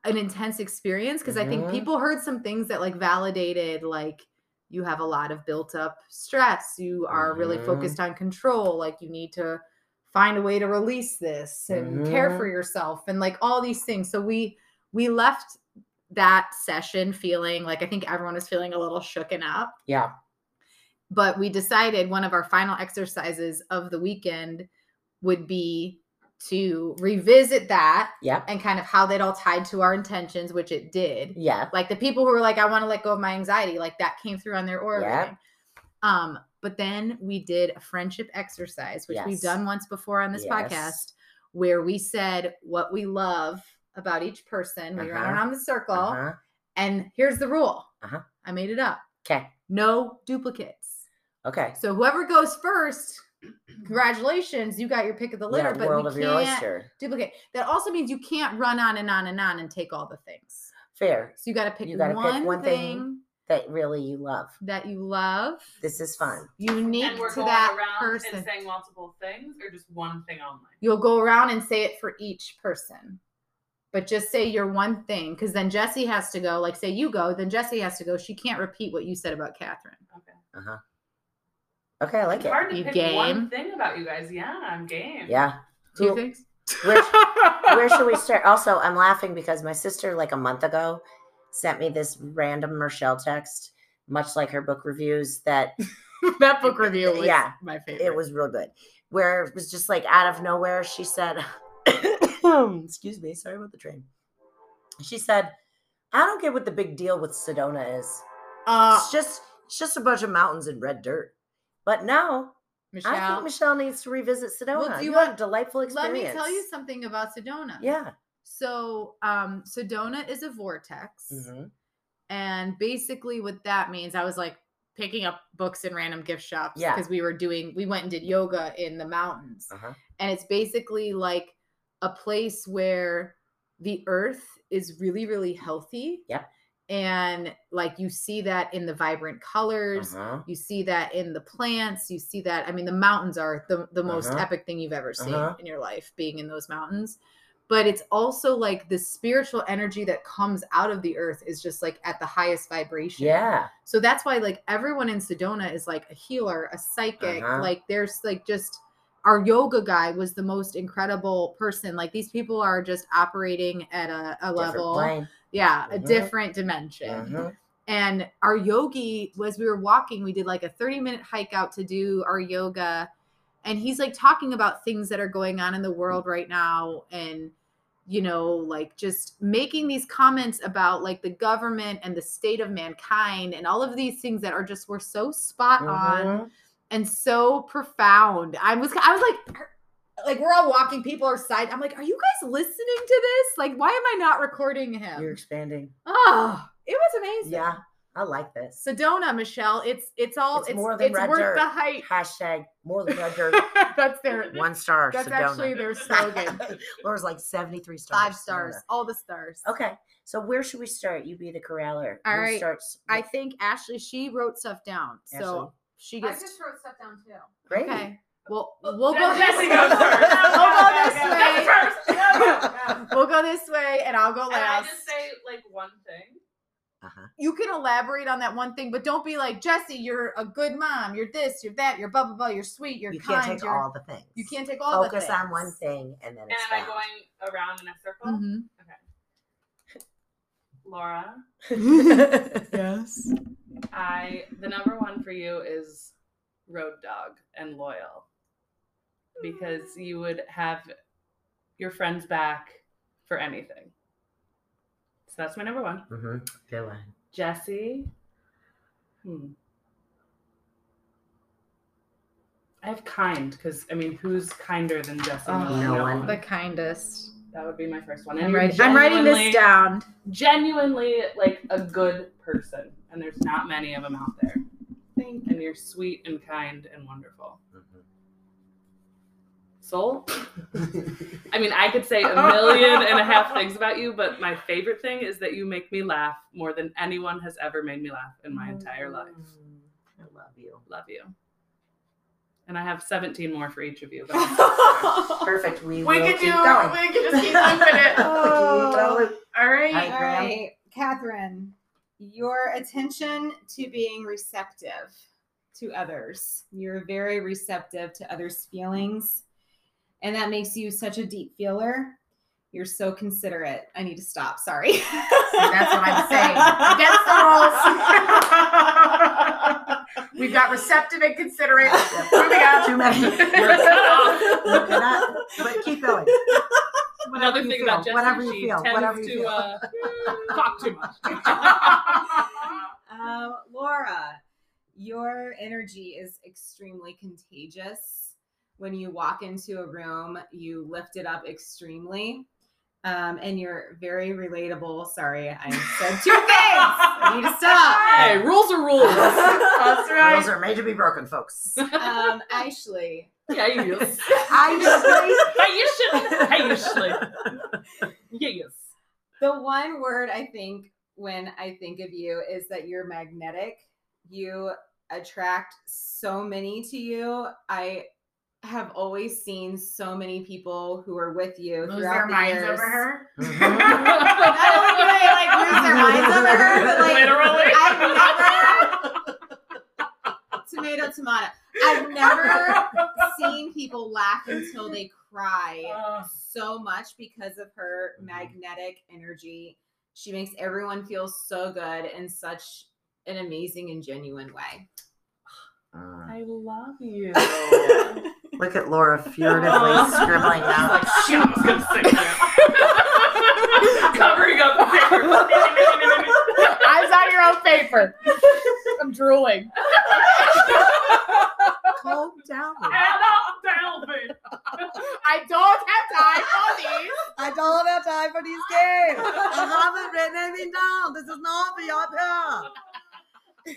S1: an intense experience because i think
S2: Mhm.
S1: people heard some things that like validated like you have a lot of built up stress you are really
S2: Mhm.
S1: focused on control like you need to find a way to release this and care for yourself and like all these things so we we left that session feeling like i think everyone was feeling a little shooken up
S2: Yeah.
S1: but we decided one of our final exercises of the weekend would be to revisit that
S2: Yep.
S1: and kind of how that all tied to our intentions, which it did.
S2: Yeah.
S1: Like the people who were like, I want to let go of my anxiety, like that came through on their aura.
S2: Yeah.
S1: reading. Um, but then we did a friendship exercise, which we've
S2: Yes.
S1: done once before on this
S2: Yes.
S1: podcast, where we said what we love about each person. We ran
S2: Uh-huh.
S1: around the circle,
S2: Uh-huh.
S1: and here's the rule.
S2: Uh-huh.
S1: I made it up.
S2: Okay.
S1: No duplicates.
S2: Okay.
S1: So whoever goes first, congratulations, you got your pick of the
S2: Yeah,
S1: litter, but
S2: world
S1: we
S2: of your
S1: can't
S2: oyster.
S1: duplicate. That also means you can't run on and on and on and take all the things.
S2: Fair.
S1: So you got to pick
S2: You gotta pick
S1: one,
S2: one
S1: thing,
S2: thing. That really you love.
S1: that you love,
S2: This is fun.
S1: unique
S4: and we're
S1: to
S4: going
S1: that
S4: around
S1: person.
S4: and saying multiple things or just one thing only.
S1: You'll go around and say it for each person. But just say your one thing, because then Jesse has to go. Like, say you go, then Jesse has to go. She can't repeat what you said about Catherine.
S4: Okay.
S2: Okay, I like
S4: It's
S2: it.
S4: hard to
S1: You
S4: pick
S1: game?
S4: one thing about you guys. Yeah, I'm game.
S2: Yeah.
S1: Two
S2: Who-
S1: things.
S2: Where, where should we start? Also, I'm laughing because my sister, like a month ago, sent me this random Michelle text, much like her book reviews, that
S1: that book review was
S2: Yeah.
S1: my favorite.
S2: it was real good. Where it was just like out of nowhere, she said, Excuse me, sorry about the train. She said, I don't get what the big deal with Sedona is.
S1: Uh,
S2: It's just it's just a bunch of mountains and red dirt. But now
S1: Michelle.
S2: I think Michelle needs to revisit Sedona.
S1: Well, do
S2: you
S1: you
S2: had
S1: want-
S2: a delightful
S1: Let
S2: experience.
S1: me tell you something about Sedona.
S2: Yeah.
S1: So, um, Sedona is a vortex,
S2: Mhm.
S1: and basically, what that means, I was like picking up books in random gift shops
S2: Yeah.
S1: because we were doing, we went and did yoga in the mountains,
S2: Uh-huh.
S1: and it's basically like a place where the earth is really, really healthy.
S2: Yep.
S1: And like you see that in the vibrant colors,
S2: Uh-huh.
S1: you see that in the plants. You see that. I mean, the mountains are the, the most
S2: Uh-huh.
S1: epic thing you've ever seen
S2: Uh-huh.
S1: in your life, being in those mountains. But it's also like the spiritual energy that comes out of the earth is just like at the highest vibration.
S2: Yeah.
S1: So that's why like everyone in Sedona is like a healer, a psychic.
S2: Uh-huh.
S1: Like there's like just our yoga guy was the most incredible person. Like these people are just operating at a, a
S2: Different
S1: level. Mm-hmm.
S2: plane.
S1: Yeah, a
S2: Mhm.
S1: different dimension.
S2: Mhm.
S1: And our yogi was we were walking, we did like a 30 minute hike out to do our yoga. And he's like talking about things that are going on in the world right now and you know, like just making these comments about like the government and the state of mankind and all of these things that are just were so spot on
S2: Mhm.
S1: and so profound. I was I was like "Are- like we're all walking, people are side. I'm like, are you guys listening to this? Like, why am I not recording
S2: You're
S1: him?
S2: expanding.
S1: Oh, it was amazing.
S2: Yeah. I like this.
S1: Sedona, Michelle. It's it's all
S2: It's
S1: it's
S2: more
S1: it's,
S2: than red
S1: worth
S2: dirt.
S1: the hype.
S2: Hashtag more than red dirt.
S1: that's their
S2: One star
S1: that's
S2: Sedona.
S1: actually their slogan.
S2: Laura's like 73 stars.
S1: Five stars,
S2: Sedona.
S1: all the stars.
S2: Okay. So where should we start? You be the corraler.
S1: All
S2: We'll
S1: right.
S2: start s-
S1: I
S2: with
S1: think Ashley she wrote stuff down,
S2: Ashley.
S1: so she
S3: I
S1: gets
S3: just wrote stuff down too.
S2: Great.
S1: okay. Well, we'll go
S4: Then
S1: this
S4: Jesse
S1: way.
S4: goes first.
S1: We'll go
S4: Yeah,
S1: this
S4: yeah,
S1: way.
S4: yeah. First. Yeah, yeah, yeah.
S1: We'll go this way, and I'll go
S4: And I
S1: last.
S4: just say like one thing.
S2: Uh-huh.
S1: you can elaborate on that one thing, but don't be like, Jesse, you're a good mom. You're this, you're that, you're blah, blah, blah. You're sweet, you're
S2: You
S1: kind.
S2: can't take
S1: you're,
S2: all the things.
S1: you can't take all
S2: focus
S1: the things.
S2: on one thing and then
S4: And am I
S2: expand.
S4: going around in a circle?
S1: Mhm.
S4: Laura,
S1: yes.
S4: I the number one for you is road dog and loyal because you would have your friends back for anything. So that's my number one.
S2: hmm Good one.
S4: Jesse. Hmm. I have kind because I mean, who's kinder than Jesse?
S1: Oh,
S4: Miller?
S2: no one.
S1: The kindest.
S4: That would be my first one. And
S1: I'm,
S4: you're
S1: writing, I'm writing
S4: genuinely-
S1: this down.
S4: Genuinely, like a good person, and there's not many of them out there. And you're sweet and kind and wonderful. Soul.
S2: Mm-hmm.
S4: I mean, I could say a million and a half things about you, but my favorite thing is that you make me laugh more than anyone has ever made me laugh in my entire life.
S2: Mm, I love you.
S4: Love you. And I have 17 more for each of you. But
S2: Perfect. We,
S5: We
S2: will
S5: could do.
S2: keep going.
S5: We could just keep looping it.
S2: Oh, Keep going.
S5: All right.
S2: Hi,
S5: I,
S2: Graham.
S5: am
S2: All right,
S1: Catherine, your attention to being receptive
S3: to others. You're very receptive to others' feelings. And that makes you such a deep feeler. You're so considerate. I need to stop. Sorry.
S1: that's what I'm saying. Against the
S5: rules. We've got receptive and considerate. Moving on.
S2: Too many. You cannot, but keep going. Whatever
S4: Another
S2: you
S4: thing
S2: feel,
S4: about Jessie,
S2: whatever you
S4: she
S2: feel,
S4: tends
S2: whatever you
S4: to
S2: feel.
S4: Uh, talk too much.
S3: Um, Laura, your energy is extremely contagious. When you walk into a room, you lift it up extremely. Um, and you're very relatable. Sorry, I said two things. I need to stop.
S4: Hey, rules are rules.
S5: That's
S2: Rules
S5: right.
S2: are made to be broken, folks.
S3: Um, Ashley,
S4: yeah, you yes.
S2: I just
S4: Hey, you should. Hey, you should. Yeah, yes.
S3: the one word I think when I think of you is that you're magnetic. You attract so many to you. I have always seen so many people who are with you
S5: Lose their
S3: throughout the
S5: minds
S3: years.
S5: over her.
S2: Mhm.
S3: Not only do they like lose their minds over her, but like
S4: Literally.
S3: I've never tomato tomato. I've never seen people laugh until they cry
S4: Uh,
S3: so much because of her
S2: Mhm.
S3: magnetic energy. She makes everyone feel so good in such an amazing and genuine way.
S2: Uh,
S4: I love you.
S2: Look at Laura furtively scribbling out.
S4: Shit, I was gonna say that. Covering up the paper.
S1: Eyes on your own paper. I'm drooling.
S2: Calm down.
S4: Help, Delvin.
S1: I don't have time for these.
S2: I don't have time for these games. I haven't written anything down. This is not the opera.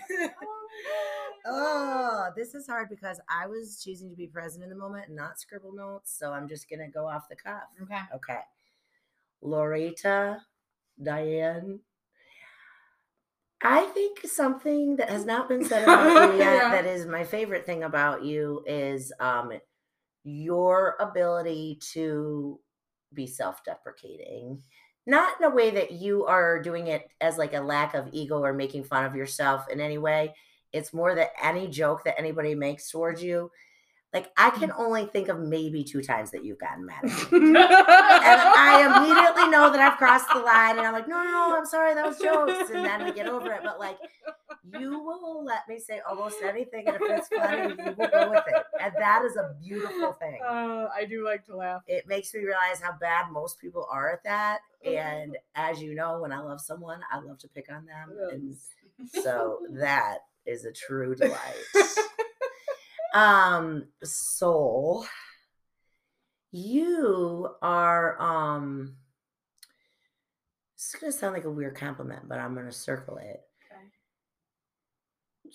S2: oh, this is hard because I was choosing to be present in the moment and not scribble notes. So I'm just going to go off the cuff.
S1: Okay.
S2: Okay. Loretta, Diane. I think something that has not been said about you yet
S1: Yeah.
S2: that is my favorite thing about you is um, your ability to be self deprecating. Not in a way that you are doing it as like a lack of ego or making fun of yourself in any way. It's more that any joke that anybody makes towards you, like I can only think of maybe two times that you've gotten mad at me and I immediately know that I've crossed the line, and I'm like, no, no, no, I'm sorry, that was jokes, and then we get over it. But like, you will let me say almost anything, and if it's funny, you will go with it, and that is a beautiful thing.
S1: Uh, I do like to laugh.
S2: It makes me realize how bad most people are at that, and as you know, when I love someone, I love to pick on them, and so that is a true delight. um, soul, you are um. This is gonna sound like a weird compliment, but I'm gonna circle it.
S4: Okay.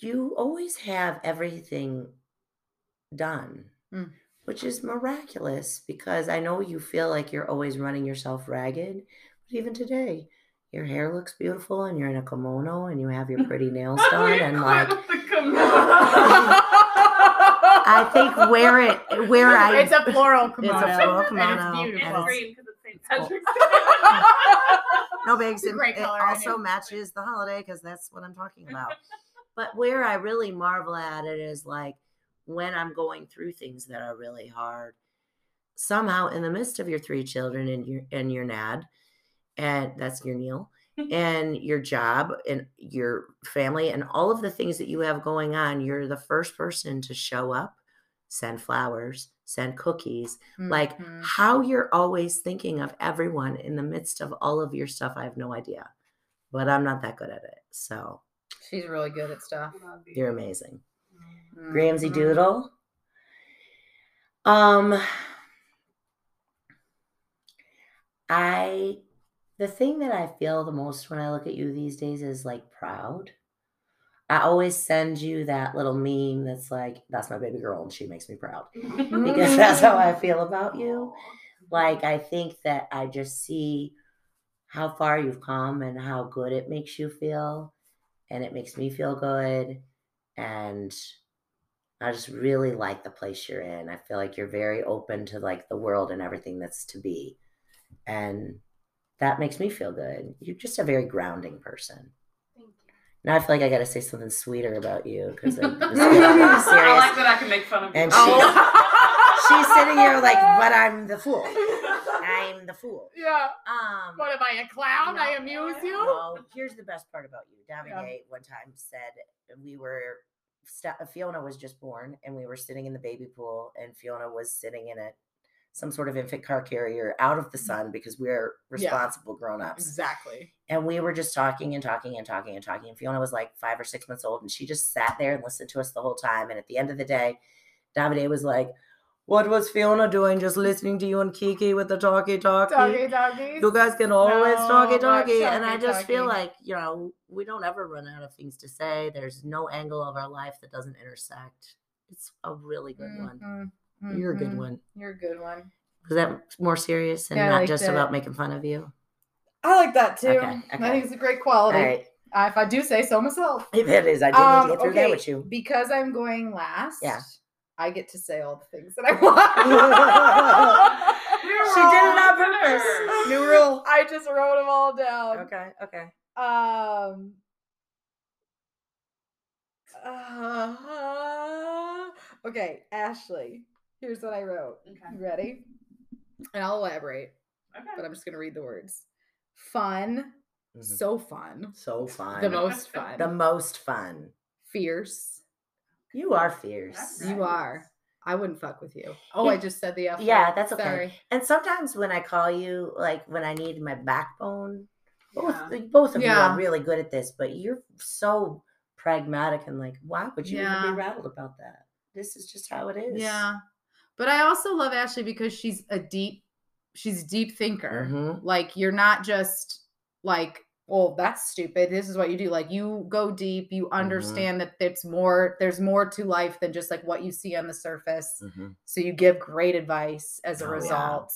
S2: You always have everything done,
S1: Mm.
S2: which is miraculous because I know you feel like you're always running yourself ragged, but even today. Your hair looks beautiful, and you're in a kimono, and you have your pretty nails done, and like I think where it where I
S1: It's a floral
S2: It's
S1: kimono.
S2: a floral
S1: and
S2: kimono.
S1: It's beautiful.
S2: and
S4: It's
S2: it's-
S4: green because it's St. Patrick's
S2: No bigs.
S1: It's a
S2: and
S1: great
S2: it
S1: color, I
S2: also
S1: know.
S2: matches the holiday because that's what I'm talking about. but where I really marvel at it is like when I'm going through things that are really hard. Somehow, in the midst of your three children and your and your nad, and that's your Neil, and your job and your family and all of the things that you have going on, you're the first person to show up, send flowers, send cookies, like
S1: Mhm.
S2: how you're always thinking of everyone in the midst of all of your stuff, I have no idea. But I'm not that good at it. So
S1: she's really good at stuff.
S2: you're amazing.
S1: Mm.
S2: Gramsy Doodle. Um I the thing that I feel the most when I look at you these days is like proud. I always send you that little meme that's like, that's my baby girl and she makes me proud.
S1: Mm-hmm.
S3: Mm-hmm.
S2: Because that's how I feel about you like I think that I just see how far you've come and how good it makes you feel and it makes me feel good and I just really like the place you're in. I feel like you're very open to like the world and everything that's to be. And that makes me feel good. You're just a very grounding person.
S3: Thank you.
S2: Now I feel like I got to say something sweeter about you because I'm just
S4: I
S2: getting serious.
S4: like that I can make fun of you. Oh,
S2: And
S1: Oh.
S2: She's sitting here like, but I'm the fool. I'm the fool.
S1: Yeah.
S2: Um,
S1: What am I, a clown? I
S2: No.
S1: amuse you?
S2: No, here's the best part about you. Davide one time said we were sta- Fiona was just born and we were sitting in the baby pool and Fiona was sitting in a some sort of infant car carrier out of the
S1: Mm.
S2: sun because we're responsible grown-ups.
S1: Exactly.
S2: And we were just talking and talking and talking and talking. And Fiona was like five or six months old and she just sat there and listened to us the whole time. And at the end of the day, Davide was like, What was Fiona doing just listening to you and Kiki with the talkie talkie?
S1: Doggy, doggy.
S2: you guys can always
S1: So
S2: talkie
S1: much
S2: talkie and i
S1: talkie
S2: just feel
S1: talkie.
S2: like you know we don't ever run out of things to say there's no angle of our life that doesn't intersect it's a really good one
S1: Mhm,
S2: you're a good
S1: mhm.
S2: one
S1: You're a good one.
S2: is that more serious and
S1: Yeah, I
S2: not
S1: like
S2: just
S1: that.
S2: about making fun of you
S1: I like that too.
S2: Okay, okay.
S1: I think it's a great
S2: all
S1: quality.
S2: right
S1: Uh, if I do say so myself.
S2: if it is i didn't need
S1: Um,
S2: to get through that with you
S1: Because I'm going last.
S2: Yeah.
S1: I get to say all the things that I want.
S2: she did it on purpose
S1: New rule. I just wrote them all down.
S2: okay okay
S1: Um. uh, okay, Ashley. Here's what I wrote.
S4: Okay.
S1: You ready? And I'll elaborate, but
S4: Okay.
S1: I'm just gonna read the words. Fun,
S2: Mhm.
S1: so fun,
S2: so fun
S1: the most fun,
S2: the most fun
S1: fierce.
S2: you are fierce
S4: That's right.
S1: You are. I wouldn't fuck with you. Oh, I
S2: Yeah.
S1: just said the F.
S2: Yeah,
S1: word.
S2: that's okay.
S1: Sorry.
S2: And sometimes when I call you, like when I need my backbone, both
S4: Yeah.
S2: like, both of you
S1: Yeah.
S2: are really good at this, but you're so pragmatic and like, why would you even
S1: Yeah.
S2: be rattled about that? This is just how it is.
S1: Yeah. But I also love Ashley because she's a deep, she's a deep thinker.
S2: Mhm.
S1: Like you're not just like, well, that's stupid. This is what you do. Like you go deep. You
S2: Mm-hmm.
S1: understand that it's more. There's more to life than just like what you see on the surface.
S2: Uh-huh.
S1: So you give great advice as a
S2: Mm. Oh, yeah.
S1: result.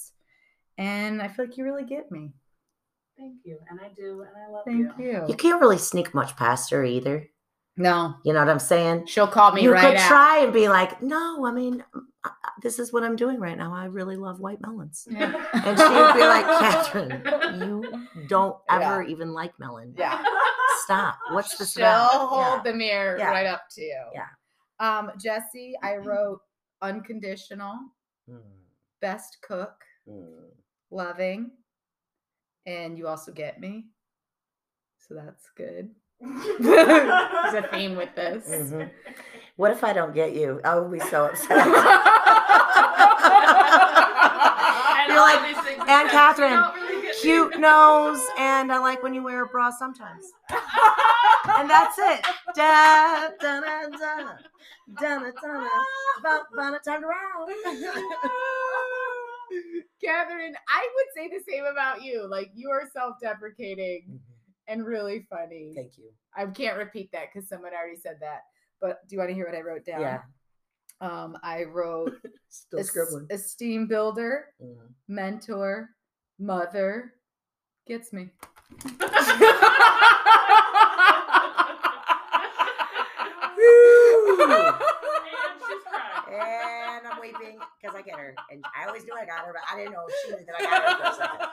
S1: And I feel like you really get me.
S4: Thank you. And I do. And I love
S1: Thank you.
S2: You can't really sneak much past her either.
S1: No,
S2: You know what I'm saying?
S1: she'll call me
S2: you
S1: right
S2: could
S1: out.
S2: try and be like, no, I mean, I- I- this is what I'm doing right now. I really love white melons.
S1: Yeah.
S2: And she'd be like, Catherine, you don't
S1: Yeah.
S2: ever even like melon.
S1: Yeah.
S2: Stop. What's the
S1: She'll
S2: smell?
S1: hold
S2: Yeah.
S1: the mirror
S2: Yeah.
S1: right up to you.
S2: Yeah. Mm-hmm.
S1: Um, Jesse, I wrote unconditional,
S2: Mm,
S1: best cook,
S2: mm.
S1: loving, and you also get me. So that's good. There's a theme with this.
S2: Mhm. What if I don't get you? I will be so upset.
S4: And
S2: You're
S4: all
S2: like,
S4: these things
S2: "And
S4: you said, you
S2: Catherine,
S4: don't really get me."
S2: Cute nose, and I like when you wear a bra sometimes. And that's it. Da, da, da, da, da, da, da, ba, ba, da, turn around.
S1: Catherine, I would say the same about you. Like you are self-deprecating and really funny.
S2: Thank you.
S1: I can't repeat that because someone already said that. But do you want to hear what I wrote down?
S2: Yeah.
S1: Um, I wrote
S2: Still
S1: es-
S2: scribbling.
S1: esteem builder,
S2: Mhm.
S1: mentor, mother. Gets me.
S4: And she's crying.
S2: And I'm weeping because I get her. And I always knew I got her, but I didn't know if she knew that I got her for a second.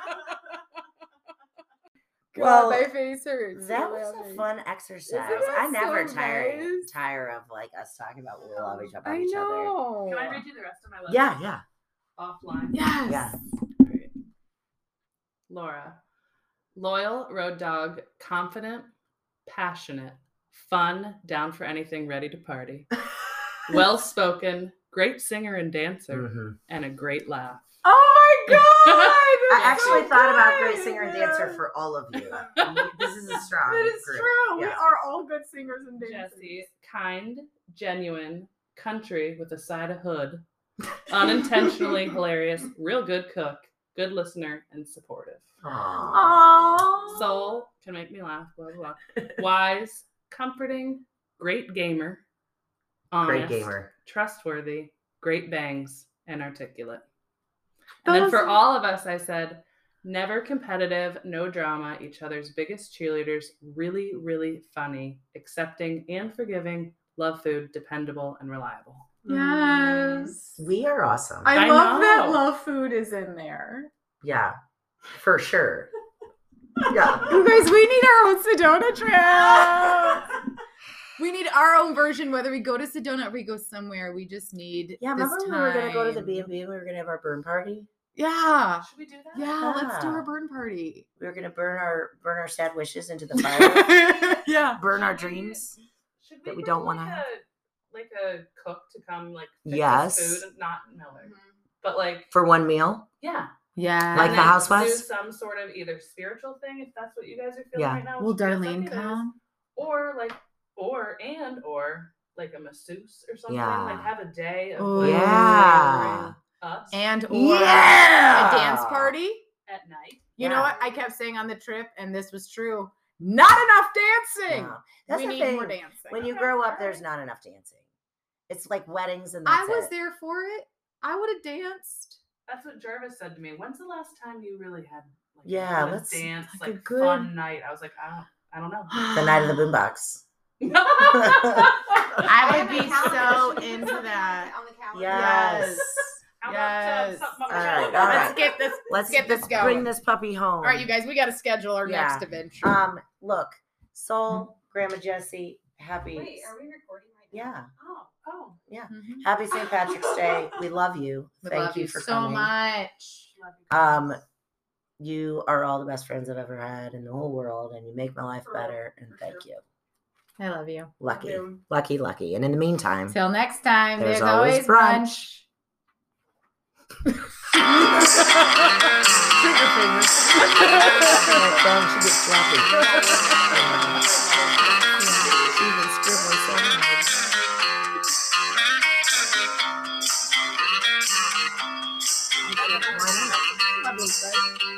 S2: Well,
S1: god, my face hurts.
S2: That
S1: Oh,
S2: was
S1: my
S2: a
S1: face.
S2: fun exercise.
S1: it
S2: I never
S1: so
S2: tire
S1: nice?
S2: tire of like us talking about what we love each other.
S1: I
S2: each other.
S1: know.
S4: Can I read you the rest of my letter?
S2: Yeah, yeah.
S4: Offline.
S1: Yes.
S2: Yeah.
S4: Alright. Laura. Loyal, road dog, confident, passionate, fun, down for anything, ready to party. well spoken, great singer and dancer,
S2: Mhm.
S4: and a great laugh.
S1: Oh my god!
S2: I
S1: that's so
S2: actually thought about great
S1: good.
S2: singer and dancer for all of you. this is a strong.
S1: That is
S2: group.
S1: true. We
S2: Yeah.
S1: are all good singers and dancers.
S4: Jesse, kind, genuine, country with a side of hood, unintentionally hilarious, real good cook, good listener, and supportive.
S2: Aw.
S1: Aww.
S4: Soul can make me laugh, blah, blah, blah. Wise, comforting, great gamer, honest,
S2: Great gamer.
S4: trustworthy, great bangs, and articulate.
S1: That
S4: And then
S1: was-
S4: for all of us, I said, never competitive, no drama, each other's biggest cheerleaders, really, really funny, accepting and forgiving, love food, dependable, and reliable.
S2: Mm.
S1: Yes.
S2: We are awesome.
S1: I,
S4: I
S1: love that
S4: know.
S1: love food is in there.
S2: yeah, for sure. Yeah.
S1: You guys, we need our own Sedona trip. we need our own version, whether we go to Sedona or we go somewhere. We just need.
S2: Yeah,
S1: this
S2: remember when we were gonna go to the
S1: time.
S2: B and B and we were gonna have our burn party?
S1: Yeah.
S4: Uh, Should we do that?
S1: Yeah, let's do
S2: Yeah.
S1: our burn party.
S2: We were gonna burn our burn our sad wishes into the fire.
S1: yeah.
S2: burn our dreams.
S4: Should
S2: That we
S4: bring,
S2: don't wanna
S4: like,
S2: have?
S4: a- Like a cook to come, like fix
S2: Yes.
S4: us food, not Miller,
S1: Mm-hmm.
S4: but like
S2: For one meal.
S4: yeah,
S1: Yeah.
S2: Like
S4: And
S2: the
S4: then
S2: housewives?
S4: Do some sort of either spiritual thing if that's what you guys are feeling
S2: Yeah.
S4: right now.
S1: Will
S4: which it sounds like
S1: Darlene
S4: it is,
S1: come?
S4: Or like, or and or like a masseuse or something.
S2: Yeah.
S4: Like have a day of
S1: Ooh.
S4: like,
S2: Yeah.
S4: us
S1: And or
S2: Yeah.
S1: a dance party?
S4: at night.
S2: Yeah.
S1: You know what? I kept saying on the trip, and this was true. Not enough dancing.
S2: Yeah. That's
S1: we
S2: the
S1: need
S2: thing.
S1: more dancing.
S2: When you
S4: Okay,
S2: grow up,
S4: alright.
S2: there's not enough dancing. It's like weddings and that's
S1: I was
S2: it.
S1: there for it. I would have danced.
S4: That's what Jarvis said to me. When's the last time you really had like
S2: Yeah,
S4: a
S2: let's
S4: dance
S2: like a
S4: like
S2: good-
S4: fun night? I was like, I don't, I don't know.
S2: The night of the boombox.
S4: How
S1: I
S3: have
S1: would
S3: a
S1: be so
S3: calendar. Should we put
S1: into
S3: something
S1: that.
S3: On the calendar.
S2: Yes.
S4: about uh,
S1: Yes.
S4: something on the
S2: All right,
S4: calendar?
S2: all
S1: Let's
S2: right.
S1: get this.
S2: Let's
S1: get this going.
S2: Bring this puppy home.
S1: All right, you guys, we got to schedule our next
S2: Yeah.
S1: adventure.
S2: Um, look,
S1: Mm-hmm.
S2: Soul, Grandma Jessie, happy,
S3: Wait, are we recording right now?
S2: yeah,
S4: Oh, oh,
S1: Mhm.
S2: happy St. Patrick's Day. We love you.
S1: We
S2: Thank
S1: love
S2: you for
S1: so
S2: coming.
S1: much.
S4: love you.
S2: Um, you are all the best friends I've ever had in the whole world, and you make my life
S3: For real,
S2: better. And
S3: for
S2: thank
S3: sure.
S2: you.
S1: I love you.
S2: Lucky,
S3: you.
S2: lucky, lucky. And in the meantime,
S1: Till next time.
S2: There's always brunch. trigger fingers. Like, bang, she gets sloppy. Yeah. She even scribbles so hard. Why not?
S1: brunch.